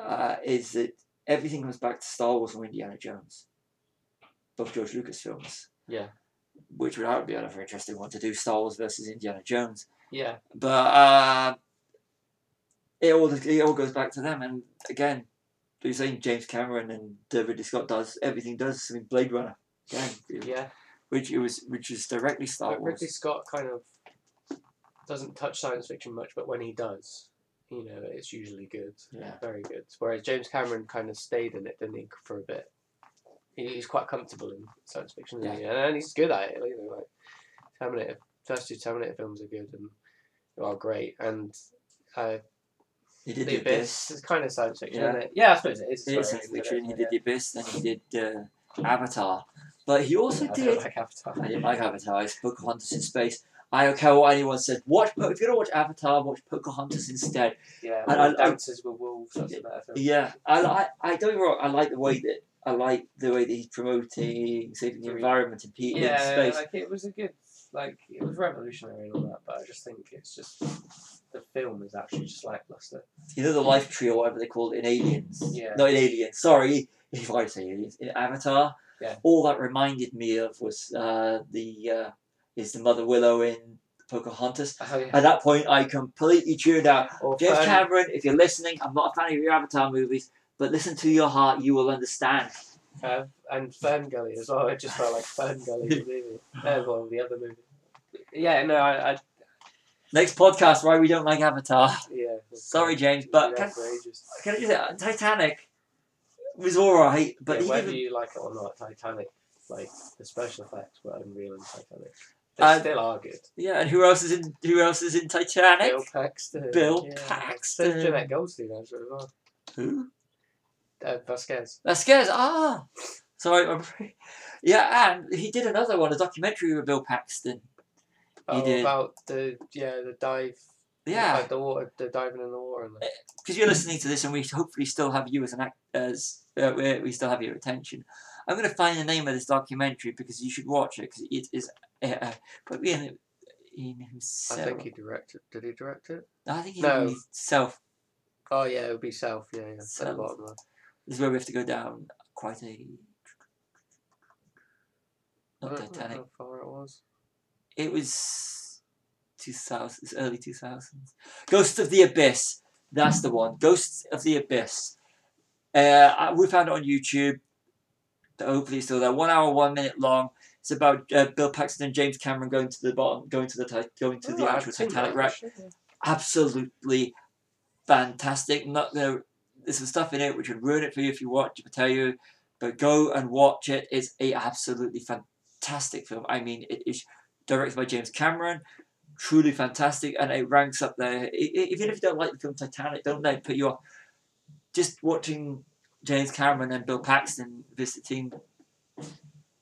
Speaker 1: uh, is that everything comes back to Star Wars and Indiana Jones, both George Lucas films.
Speaker 2: Yeah.
Speaker 1: which would that would be another interesting one to do: Star Wars versus Indiana Jones
Speaker 2: Yeah,
Speaker 1: but uh, it all it all goes back to them. And again, you're saying James Cameron and uh, Ridley Scott does everything does. I mean, Blade Runner, again,
Speaker 2: yeah.
Speaker 1: which it was which is directly Star
Speaker 2: But
Speaker 1: Wars.
Speaker 2: Ridley Scott kind of doesn't touch science fiction much, but when he does, you know, it's usually good,
Speaker 1: Yeah.
Speaker 2: very good. Whereas James Cameron kind of stayed in it, didn't he, for a bit? He, he's quite comfortable in science fiction, isn't he? And, and he's good at it. You know, like Terminator, first two Terminator films are good and are great, and uh,
Speaker 1: He did
Speaker 2: The Abyss is kind of science fiction,
Speaker 1: Yeah.
Speaker 2: isn't it? Yeah, I suppose it is.
Speaker 1: It is
Speaker 2: sorry,
Speaker 1: science
Speaker 2: isn't it?
Speaker 1: fiction. He
Speaker 2: Yeah.
Speaker 1: did The Abyss, then he did uh, Avatar, but he also
Speaker 2: I
Speaker 1: did.
Speaker 2: don't like Avatar.
Speaker 1: I didn't like Avatar. It's Pocahontas in space. I don't care what anyone says. Watch Po- if you're gonna watch Avatar, watch Pocahontas instead.
Speaker 2: Yeah,
Speaker 1: I- I-
Speaker 2: well, Dances with Wolves. That's a better film.
Speaker 1: Yeah, I, I, I don't get me wrong. I like the way that I like the way that he's promoting saving the environment and people
Speaker 2: Yeah,
Speaker 1: in space.
Speaker 2: like it was a good, like it was revolutionary and all that, but I just think it's just the film is actually just lackluster.
Speaker 1: You know the life tree or whatever they call it in Aliens.
Speaker 2: Yeah.
Speaker 1: Not in Aliens. Sorry, if I say Aliens in Avatar.
Speaker 2: Yeah.
Speaker 1: All that reminded me of was uh, the uh, is the Mother Willow in Pocahontas.
Speaker 2: Oh, yeah.
Speaker 1: At that point, I completely tuned out.
Speaker 2: Or
Speaker 1: James
Speaker 2: Fern-
Speaker 1: Cameron, if you're listening, I'm not a fan of your Avatar movies, but listen to your heart. You will understand.
Speaker 2: uh, and Fern Gully as well. I
Speaker 1: (laughs)
Speaker 2: just felt like Fern Gully was the movie. Uh, well, the other movie. Yeah, no, I, I,
Speaker 1: Next podcast, why we don't like
Speaker 2: (laughs)
Speaker 1: Avatar.
Speaker 2: Yeah.
Speaker 1: Sorry, James,
Speaker 2: It's
Speaker 1: but
Speaker 2: been
Speaker 1: can,
Speaker 2: out for ages.
Speaker 1: can I just say, Titanic was alright, but
Speaker 2: Yeah,
Speaker 1: he
Speaker 2: whether
Speaker 1: didn't-
Speaker 2: you like it or not, Titanic, like the special effects were unreal in Titanic. They
Speaker 1: Uh,
Speaker 2: still are good.
Speaker 1: yeah, and who else is in who else is in Titanic?
Speaker 2: Bill Paxton.
Speaker 1: Bill
Speaker 2: yeah.
Speaker 1: Paxton.
Speaker 2: So Jeanette Goldstein as well.
Speaker 1: Who?
Speaker 2: Uh, Vasquez.
Speaker 1: That scares ah. So I, I- (laughs) yeah, and he did another one, a documentary with Bill Paxton.
Speaker 2: Oh,
Speaker 1: did.
Speaker 2: about the yeah the dive.
Speaker 1: Yeah,
Speaker 2: Like the water, the diving in the water. And the,
Speaker 1: because you're listening to this, and we hopefully still have you as an act, as uh, we we still have your attention. I'm going to find the name of this documentary because you should watch it because it is. Uh, uh, but in, in himself,
Speaker 2: I think he directed. Did he direct it?
Speaker 1: I think he
Speaker 2: No.
Speaker 1: did himself.
Speaker 2: Oh yeah, it would be South. Yeah, yeah. at the
Speaker 1: South.
Speaker 2: bottom left.
Speaker 1: This is where we have to go down quite a.
Speaker 2: I
Speaker 1: Not
Speaker 2: don't know
Speaker 1: Titanic.
Speaker 2: How far it was?
Speaker 1: It was 2000s, it's early 2000s. Ghost of the Abyss. That's the one. Ghosts of the Abyss. Uh, I- we found it on YouTube. Hopefully, it's still there. One hour, one minute long. It's about uh, Bill Paxton and James Cameron going to the bottom, going to the ti- going to
Speaker 2: Oh,
Speaker 1: the
Speaker 2: I've
Speaker 1: actual
Speaker 2: seen
Speaker 1: Titanic
Speaker 2: that,
Speaker 1: wreck.
Speaker 2: actually, yeah.
Speaker 1: Absolutely fantastic. Not gonna. There's some stuff in it which would ruin it for you if you watch. it, I tell you, but go and watch it. It's a absolutely fantastic film. I mean, it is directed by James Cameron, truly fantastic, and it ranks up there. I- I- Even if you don't like the film Titanic, don't let it put you off. Just watching James Cameron and Bill Paxton visiting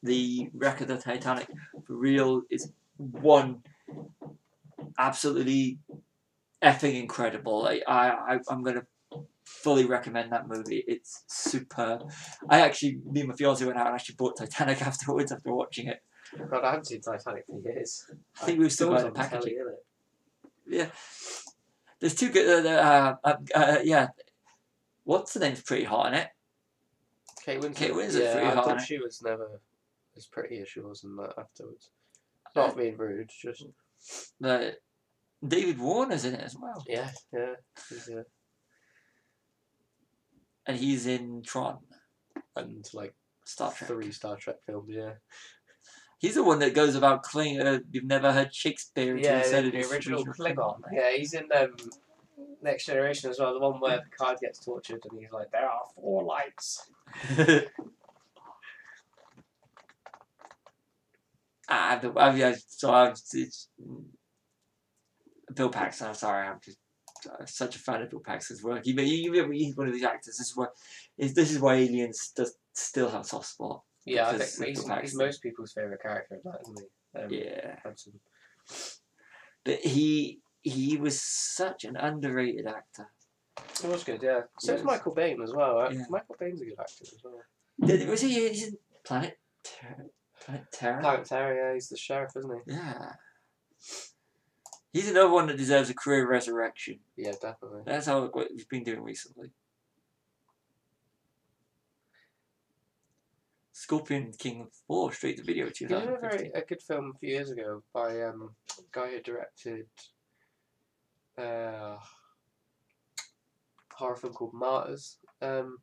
Speaker 1: the wreck of the Titanic for real is one absolutely effing incredible. I, I, I I'm gonna fully recommend that movie. It's superb. I actually, me and my fiance went out and actually bought Titanic (laughs) afterwards after watching it.
Speaker 2: God, I haven't seen Titanic for years.
Speaker 1: I think we were still
Speaker 2: It was
Speaker 1: buying the
Speaker 2: on telly,
Speaker 1: packaging.
Speaker 2: innit?
Speaker 1: There's two good. Uh, uh, uh, uh, yeah, what's the name's pretty hot in it.
Speaker 2: Kate Winslet.
Speaker 1: Kate Winslet
Speaker 2: yeah,
Speaker 1: for
Speaker 2: I
Speaker 1: Ivan,
Speaker 2: thought
Speaker 1: eh?
Speaker 2: she was never as pretty as she was in that afterwards.
Speaker 1: Uh,
Speaker 2: Not being rude, just
Speaker 1: But David Warner's in it as well,
Speaker 2: yeah, yeah. she's, uh,
Speaker 1: and he's in Tron.
Speaker 2: and like
Speaker 1: Star Trek.
Speaker 2: three Star Trek films, yeah.
Speaker 1: He's the one that goes about Kling. Uh, you've never heard Shakespeare. until
Speaker 2: Yeah,
Speaker 1: you
Speaker 2: the,
Speaker 1: said it
Speaker 2: the
Speaker 1: was
Speaker 2: original Klingon. Yeah, he's in um, Next Generation as well. The one where Picard gets tortured and he's like, "There are four lights."
Speaker 1: (laughs) Ah, the, I mean, I, so I'm it's, Bill Paxton. I'm sorry, I'm just I'm such a fan of Bill Paxton's work. He, he, he- he's one of these actors. This is why, is, this is why Aliens does still have a soft spot.
Speaker 2: Yeah, I
Speaker 1: Because
Speaker 2: think he's,
Speaker 1: Michael
Speaker 2: he's
Speaker 1: Paxton.
Speaker 2: most people's favorite character, in that, isn't he? Um,
Speaker 1: Yeah,
Speaker 2: Hudson.
Speaker 1: but he he was such an underrated actor.
Speaker 2: It was good, yeah. So
Speaker 1: Yes.
Speaker 2: is Michael Bain as well. uh,
Speaker 1: Yeah.
Speaker 2: Michael Bain's a good actor as well.
Speaker 1: Did- Was he? He's in Planet Ter- Planet Terror.
Speaker 2: Planet Terror, yeah, he's the sheriff, isn't he?
Speaker 1: Yeah. He's another one that deserves a career resurrection.
Speaker 2: Yeah, definitely.
Speaker 1: That's how what he's been doing recently. Scorpion King 4, straight to video
Speaker 2: You know, a
Speaker 1: 2015.
Speaker 2: very a good film a few years ago by um a guy who directed uh horror film called Martyrs. Um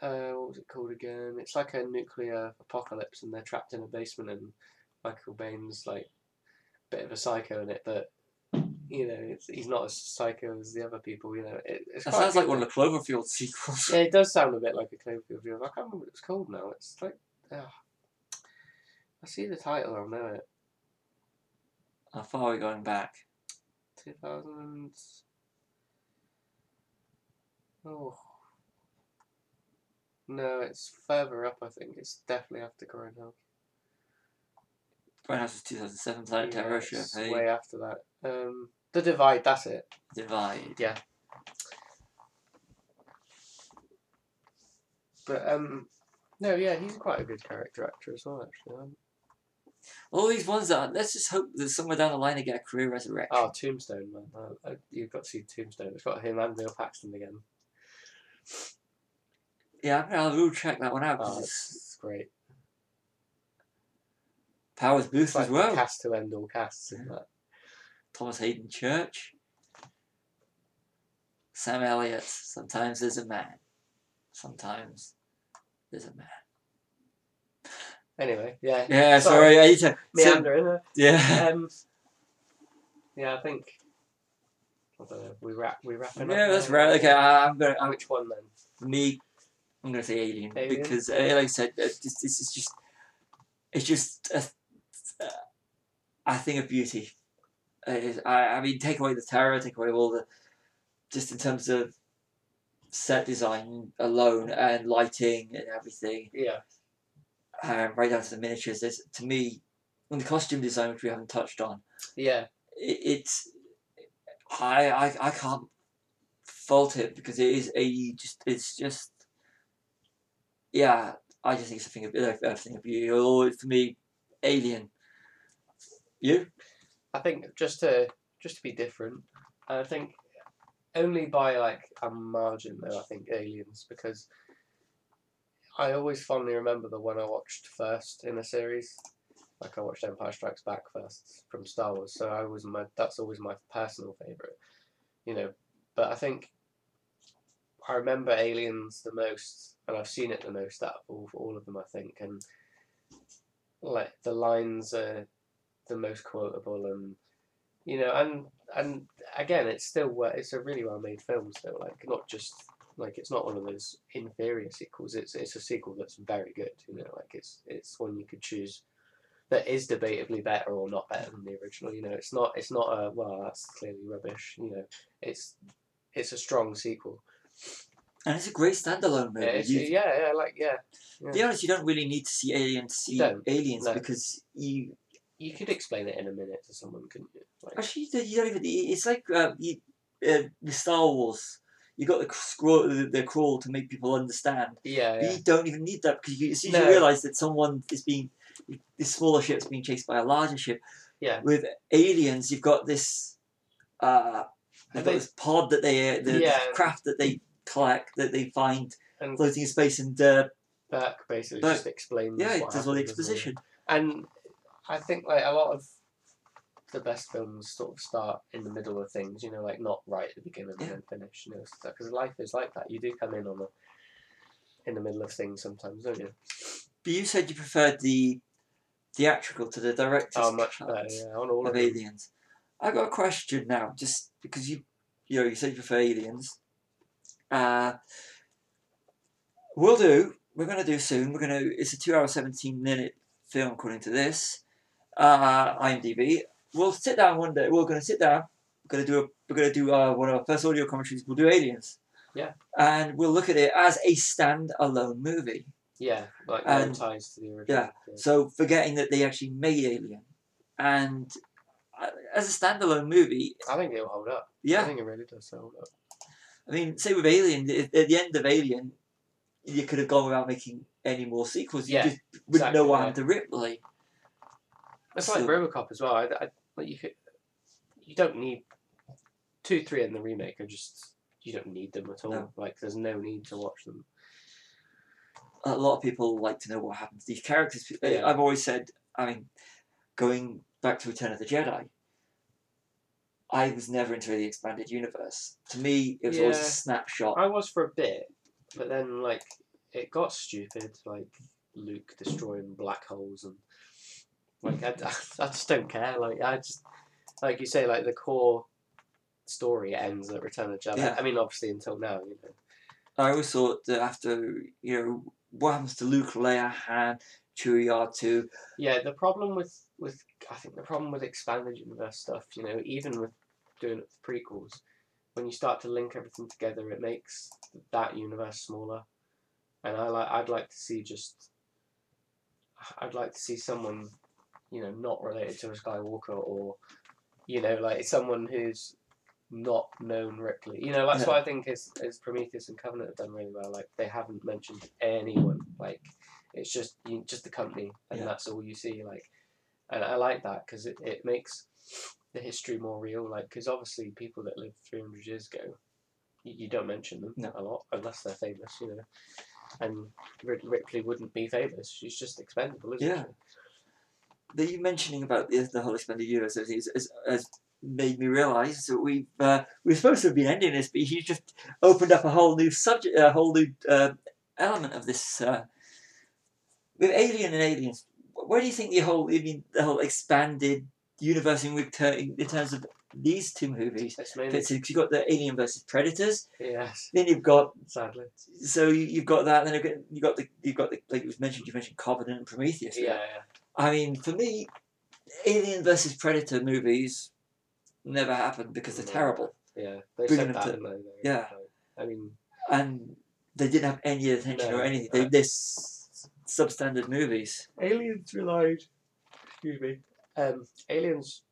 Speaker 2: uh what was it called again? It's like a nuclear apocalypse and they're trapped in a basement and Michael Bain's like a bit of a psycho in it, but you know, it's, he's not as psycho as the other people, you know. It, it's
Speaker 1: That
Speaker 2: quite
Speaker 1: sounds like
Speaker 2: good.
Speaker 1: one of the Cloverfield (laughs) sequels.
Speaker 2: Yeah, it does sound a bit like a Cloverfield field. I can't remember what it's called now. It's like, ah, I see the title. I know it.
Speaker 1: How far are we going back?
Speaker 2: Two thousand. Oh. No, it's further up. I think it's definitely after Grindhouse.
Speaker 1: Grand House was 2007, Planet
Speaker 2: Yeah,
Speaker 1: Terror,
Speaker 2: it's
Speaker 1: Champagne,
Speaker 2: way after that. Um, the Divide. That's it.
Speaker 1: Divide.
Speaker 2: Yeah. But um, no, yeah, he's quite a good character actor as well. Actually. Um,
Speaker 1: All these ones that are, let's just hope that somewhere down the line they get a career resurrection.
Speaker 2: Oh, Tombstone, man. Uh, uh, you've got to see Tombstone. It's got him and Bill Paxton again.
Speaker 1: Yeah, I will check that one out
Speaker 2: Oh,
Speaker 1: 'cause
Speaker 2: it's,
Speaker 1: it's
Speaker 2: it's great.
Speaker 1: Powers Booth
Speaker 2: It's like
Speaker 1: as well.
Speaker 2: cast to end all casts in that.
Speaker 1: Thomas Hayden Church, Sam Elliott. Sometimes there's a man. Sometimes there's a man.
Speaker 2: Anyway, yeah.
Speaker 1: Yeah, sorry.
Speaker 2: Sorry.
Speaker 1: I need to, so-
Speaker 2: (laughs)
Speaker 1: (laughs)
Speaker 2: Meandering.
Speaker 1: yeah,
Speaker 2: Um, Yeah, I think. I don't know. We wrap. We wrapping up.
Speaker 1: Yeah, that's
Speaker 2: now?
Speaker 1: right. Okay, I, I'm gonna. I'm,
Speaker 2: Which one then?
Speaker 1: for me, I'm gonna say Alien,
Speaker 2: Alien?
Speaker 1: because, uh, like I said, uh, this, this is just. It's just a, a thing of beauty. It is, I, I mean, take away the terror, take away all the. Just in terms of set design alone and lighting and everything,
Speaker 2: Yeah.
Speaker 1: um, right down to the miniatures. There's, to me, and the costume design, which we haven't touched on,
Speaker 2: Yeah.
Speaker 1: it, it's I, I I can't fault it because it is a just it's just yeah I just think it's a thing of a thing of beauty. Or for me, Alien. You?
Speaker 2: I think just to just to be different, and I think only by like a margin though. I think Aliens because I always fondly remember the one I watched first in a series. Like I watched Empire Strikes Back first from Star Wars, so I was my that's always my personal favorite, you know. But I think I remember Aliens the most, and I've seen it the most out of all, all of them. I think, and like the lines are the most quotable and you know and and again it's still well, it's a really well made film still like not just like it's not one of those inferior sequels it's it's a sequel that's very good you know like it's it's one you could choose that is debatably better or not better than the original you know it's not it's not a well that's clearly rubbish you know it's it's a strong sequel
Speaker 1: And it's a great standalone movie.
Speaker 2: it's,
Speaker 1: You-
Speaker 2: yeah yeah like yeah
Speaker 1: to be honest, you don't really need to see Alien to see
Speaker 2: don't,
Speaker 1: Aliens
Speaker 2: no.
Speaker 1: because you
Speaker 2: you could explain it in a minute to someone couldn't you like
Speaker 1: actually you don't- you don't even. It's like uh, you, uh, with Star Wars. You got the scroll, the, the crawl to make people understand.
Speaker 2: yeah yeah
Speaker 1: You don't even need that because you, as soon as
Speaker 2: No.
Speaker 1: you realise that someone is being this smaller ship's being chased by a larger ship.
Speaker 2: Yeah.
Speaker 1: With aliens, you've got this. Uh, they've got
Speaker 2: Have they-
Speaker 1: this pod that they, uh, the, the
Speaker 2: Yeah.
Speaker 1: craft that they collect that they find
Speaker 2: and
Speaker 1: floating in space, and uh,
Speaker 2: Burke basically
Speaker 1: Burke.
Speaker 2: just explains.
Speaker 1: yeah, it
Speaker 2: what
Speaker 1: does all the
Speaker 2: happened, doesn't he?
Speaker 1: exposition.
Speaker 2: And I think like a lot of the best films sort of start in the middle of things, you know, like not right at the beginning
Speaker 1: Yeah.
Speaker 2: and then finish, you know, because life is like that. You do come in on the in the middle of things sometimes, don't you?
Speaker 1: But you said you preferred the theatrical to the director's
Speaker 2: Oh, much
Speaker 1: cut
Speaker 2: better. Yeah, on all
Speaker 1: of
Speaker 2: of them.
Speaker 1: aliens. I got a question now, just because you, you know, you said you prefer aliens. Uh, we'll do. We're gonna do soon. We're gonna. It's a two-hour, seventeen-minute film, according to this uh, IMDb. We'll sit down one day. We're gonna sit down. We're gonna do. A, we're gonna do uh, one of our first audio commentaries. We'll do aliens.
Speaker 2: Yeah.
Speaker 1: And we'll look at it as a standalone movie.
Speaker 2: Yeah, like
Speaker 1: And-
Speaker 2: no ties to the original.
Speaker 1: yeah, So forgetting that they actually made Alien, and uh, as a standalone movie,
Speaker 2: I think it'll hold up. I
Speaker 1: yeah,
Speaker 2: think it really does hold up.
Speaker 1: I mean, say with Alien, at at the end of Alien, you could have gone without making any more sequels. You
Speaker 2: Yeah,
Speaker 1: just wouldn't know
Speaker 2: exactly,
Speaker 1: what
Speaker 2: yeah.
Speaker 1: happened to Ripley.
Speaker 2: It's
Speaker 1: So-
Speaker 2: like Robocop as well. I, I, like you could, you don't need two, three, and the remake are just you don't need them at all.
Speaker 1: No.
Speaker 2: Like there's no need to watch them.
Speaker 1: A lot of people like to know what happened to these characters. I-
Speaker 2: Yeah.
Speaker 1: I've always said, I mean, going back to Return of the Jedi, I was never into the expanded universe. To me, it was always a
Speaker 2: Yeah.
Speaker 1: snapshot.
Speaker 2: I was for a bit, but then like it got stupid. Like Luke destroying black holes and like I, (laughs) I just don't care. Like I just like you say like the core story ends at Return of the Jedi.
Speaker 1: Yeah.
Speaker 2: I mean obviously until now, you know.
Speaker 1: I always thought that after, you know, what happens to Luke, Leia, Han, Chewie, R2,
Speaker 2: Yeah, the problem with with I think the problem with expanded universe stuff, you know, even with doing it with prequels, when you start to link everything together, it makes that universe smaller. And I like I'd like to see just I'd like to see someone, you know, not related to a Skywalker or you know, like someone who's not known Ripley. You know, that's
Speaker 1: Yeah.
Speaker 2: what I think is is Prometheus and Covenant have done really well. Like they haven't mentioned anyone. Like it's just you, just the company, and
Speaker 1: Yeah.
Speaker 2: that's all you see. Like, and I like that because it, it makes the history more real. Like, because obviously people that lived three hundred years ago, you, you don't mention them
Speaker 1: No.
Speaker 2: a lot unless they're famous, you know. And Rid- Ripley wouldn't be famous. She's just expendable, isn't
Speaker 1: Yeah. that you mentioning about the, the whole expanded universe has, has, has made me realise that we've uh, we're supposed to have been ending this, but you just opened up a whole new subject, a whole new uh, element of this. Uh, with Alien and Aliens, where do you think the whole, I mean, the whole expanded universe in, which ter- in terms of these two movies
Speaker 2: That's mainly,
Speaker 1: fits in 'cause you've got the Alien versus Predators,
Speaker 2: yes,
Speaker 1: then you've got
Speaker 2: sadly.
Speaker 1: so you- you've got that, then you've got you've got the you've got the like you mentioned you mentioned Covenant and Prometheus.
Speaker 2: Yeah,
Speaker 1: I mean, for me, Alien versus Predator movies never happened because they're
Speaker 2: No.
Speaker 1: terrible
Speaker 2: yeah, yeah. They
Speaker 1: Bring
Speaker 2: said
Speaker 1: them
Speaker 2: that,
Speaker 1: to-
Speaker 2: didn't they? They-
Speaker 1: yeah.
Speaker 2: I mean,
Speaker 1: and they didn't have any attention
Speaker 2: No,
Speaker 1: or anything. They,
Speaker 2: no.
Speaker 1: they're s- substandard movies.
Speaker 2: aliens relied. Excuse me. Um, aliens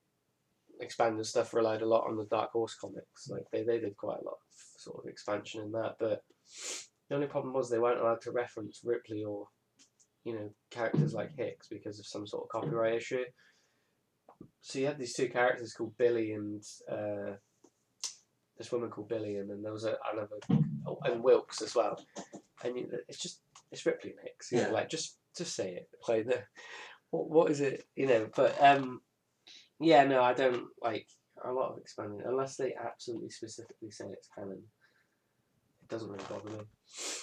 Speaker 2: expanded stuff relied a lot on the Dark Horse comics. Like they, they did quite a lot of sort of expansion in that, but the only problem was they weren't allowed to reference Ripley or you know characters like Hicks because of some sort of copyright issue. So you had these two characters called Billy and uh, this woman called Billy, and then there was a, another oh, and Wilkes as well. And you, it's just it's Ripley and Hicks. You
Speaker 1: Yeah.
Speaker 2: know, like just just say it. Like the, what what is it? You know, but um, yeah, no, I don't like a lot of expanding unless they absolutely specifically say it's canon. It doesn't really bother me.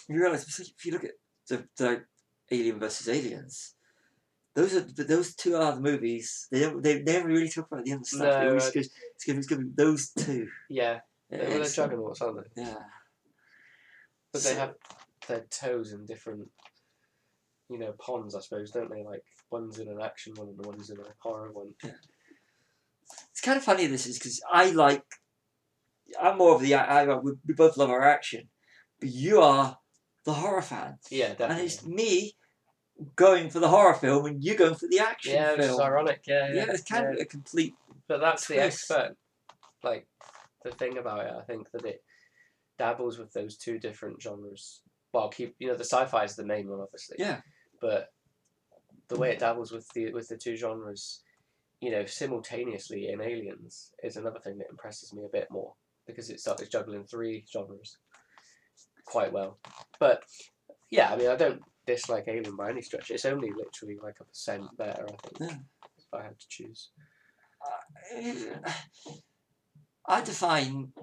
Speaker 1: You realise if you look at the, the Alien versus Aliens, those are th- those two are the movies. They don't they never really talk about the other stuff. they
Speaker 2: No,
Speaker 1: always
Speaker 2: I-
Speaker 1: go, it's gonna it's gonna be those two.
Speaker 2: Yeah,
Speaker 1: Yeah,
Speaker 2: they, well, they're
Speaker 1: it's-
Speaker 2: juggernauts, aren't they?
Speaker 1: yeah.
Speaker 2: But they
Speaker 1: So-
Speaker 2: have their toes in different, you know, ponds, I suppose, don't they? Like one's in an action one and one's in a horror one.
Speaker 1: It's kind of funny this is because I like. I'm more of the I, I we, we both love our action, but you are the horror fan,
Speaker 2: Yeah,
Speaker 1: and
Speaker 2: definitely.
Speaker 1: it's me going for the horror film and you going for the action
Speaker 2: Yeah, which is
Speaker 1: film.
Speaker 2: ironic. Yeah,
Speaker 1: yeah, it's kind
Speaker 2: yeah.
Speaker 1: of a complete.
Speaker 2: But that's the
Speaker 1: Twist.
Speaker 2: expert, like the thing about it. I think that it dabbles with those two different genres. Well, keep you know the sci-fi is the main one, obviously.
Speaker 1: Yeah. (sighs)
Speaker 2: But the way it dabbles with the with the two genres, you know, simultaneously in Aliens is another thing that impresses me a bit more because it's it's juggling three genres quite well. But yeah, I mean, I don't dislike Alien by any stretch. It's only literally like a percent better, I think,
Speaker 1: Yeah.
Speaker 2: if I had to choose.
Speaker 1: I define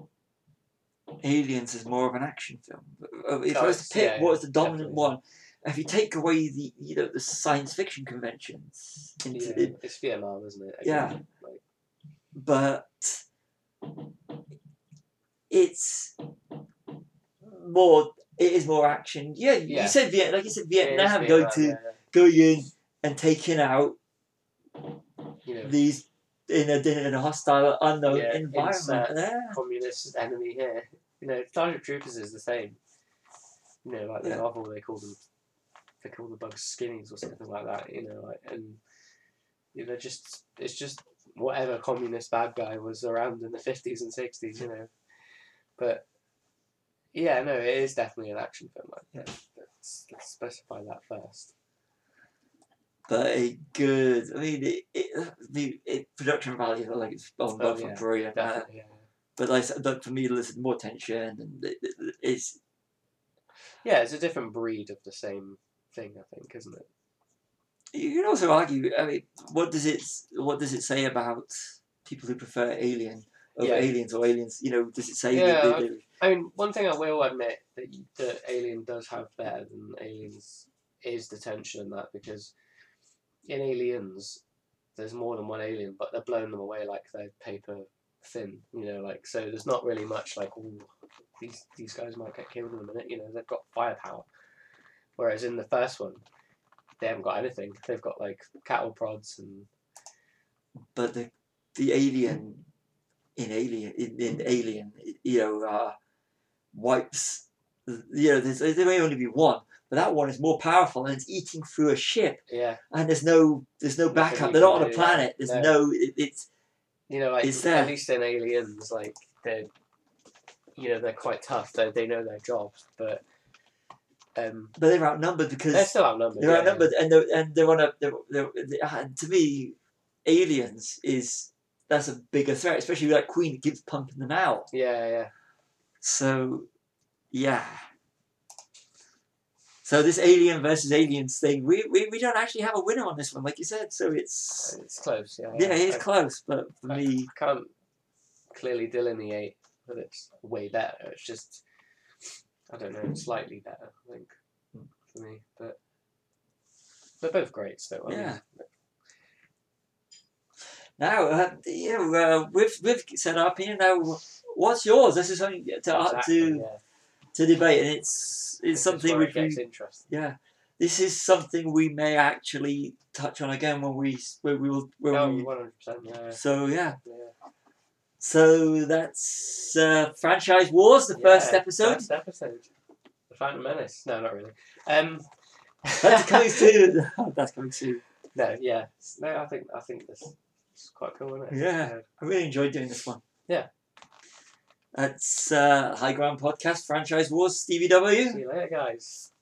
Speaker 1: Aliens as more of an action film. Uh, If I was
Speaker 2: it's-
Speaker 1: to pick
Speaker 2: yeah,
Speaker 1: what was the
Speaker 2: yeah,
Speaker 1: dominant
Speaker 2: definitely.
Speaker 1: one, if you take away the you know the science fiction conventions, (laughs) into
Speaker 2: Yeah,
Speaker 1: it,
Speaker 2: it's Vietnam, isn't it?
Speaker 1: Yeah.
Speaker 2: Like,
Speaker 1: but it's more. It is more action. Yeah,
Speaker 2: Yeah.
Speaker 1: you said Viet, like you said Vietnam,
Speaker 2: it's
Speaker 1: going
Speaker 2: Vietnam,
Speaker 1: to
Speaker 2: yeah,
Speaker 1: going in and taking out
Speaker 2: yeah. you know,
Speaker 1: these in a in a hostile unknown
Speaker 2: Yeah,
Speaker 1: environment.
Speaker 2: insert.
Speaker 1: Yeah.
Speaker 2: communist enemy here. You know, Starship Troopers is the same. You know, like the
Speaker 1: Yeah.
Speaker 2: novel, they call them, they call the bugs skinnies or something like that. You know, like and you know, just it's just whatever communist bad guy was around in the fifties and sixties. You know, but yeah, no, it is definitely an action film. Like, yeah, let's, let's specify that first.
Speaker 1: but a good. I mean, it, it, the it, production value like it's on
Speaker 2: Oh,
Speaker 1: both
Speaker 2: yeah,
Speaker 1: yeah, brilliant. uh,
Speaker 2: Definitely. yeah.
Speaker 1: but like, I said, like for me, there's more tension and it, it- it's
Speaker 2: Yeah, it's a different breed of the same thing, I think, isn't it?
Speaker 1: you can also argue. I mean, what does it what does it say about people who prefer Alien over
Speaker 2: Yeah.
Speaker 1: Aliens or Aliens? You know, does it say
Speaker 2: Yeah,
Speaker 1: that? They, they,
Speaker 2: I mean, one thing I will admit that, that Alien does have better than Aliens is the tension in that because in Aliens, there's more than one alien, but they're blowing them away like they're paper thin, you know, like, so there's not really much like, ooh, these, these guys might get killed in a minute, you know, they've got firepower. Whereas in the first one, they haven't got anything. They've got like cattle prods and
Speaker 1: but the the alien in alien in, in alien you know uh, wipes you know there's, there may only be one but that one is more powerful and it's eating through a ship
Speaker 2: yeah,
Speaker 1: and there's no there's no
Speaker 2: Nothing
Speaker 1: backup
Speaker 2: you
Speaker 1: they're
Speaker 2: can
Speaker 1: not on a
Speaker 2: do,
Speaker 1: planet there's
Speaker 2: no.
Speaker 1: no, it, it's
Speaker 2: You know, like
Speaker 1: It's there.
Speaker 2: at least in Aliens, like they're, you know, they're quite tough. They they know their jobs, but um,
Speaker 1: but they're outnumbered
Speaker 2: they're
Speaker 1: because
Speaker 2: still outnumbered.
Speaker 1: they're
Speaker 2: yeah.
Speaker 1: outnumbered and they're and they're on a they're, they're, ah, and to me aliens is that's a bigger threat especially like Queen keeps pumping them out
Speaker 2: Yeah, yeah.
Speaker 1: So, yeah. So this alien versus aliens thing, we, we, we don't actually have a winner on this one, like you said. So it's
Speaker 2: It's close. Yeah,
Speaker 1: yeah, it's
Speaker 2: I,
Speaker 1: close, but for
Speaker 2: I-
Speaker 1: me,
Speaker 2: I can't clearly delineate that it's way better. It's just I don't know, slightly better. I think for me, but they're both great. So I mean,
Speaker 1: Yeah. Now, uh, yeah, uh, we've we've set up here now. What's yours? This is something to
Speaker 2: Exactly,
Speaker 1: to
Speaker 2: yeah.
Speaker 1: to debate, and it's it's
Speaker 2: This is
Speaker 1: something
Speaker 2: where
Speaker 1: which
Speaker 2: it gets
Speaker 1: we
Speaker 2: interesting.
Speaker 1: yeah. This is something we may actually touch on again when we when we will when
Speaker 2: Oh,
Speaker 1: we,
Speaker 2: 100%. Yeah.
Speaker 1: so yeah.
Speaker 2: yeah.
Speaker 1: So that's uh, franchise wars, the first
Speaker 2: Yeah,
Speaker 1: episode.
Speaker 2: First episode. The Phantom Menace. No, not really. Um,
Speaker 1: (laughs)
Speaker 2: (laughs)
Speaker 1: That's coming soon. (laughs) that's coming soon.
Speaker 2: No, yeah. No, I think I think this is quite cool, isn't it? Uh,
Speaker 1: Yeah. I really enjoyed doing this one.
Speaker 2: Yeah.
Speaker 1: That's uh, High Ground Podcast Franchise Wars, Stevie W.
Speaker 2: See you later, guys.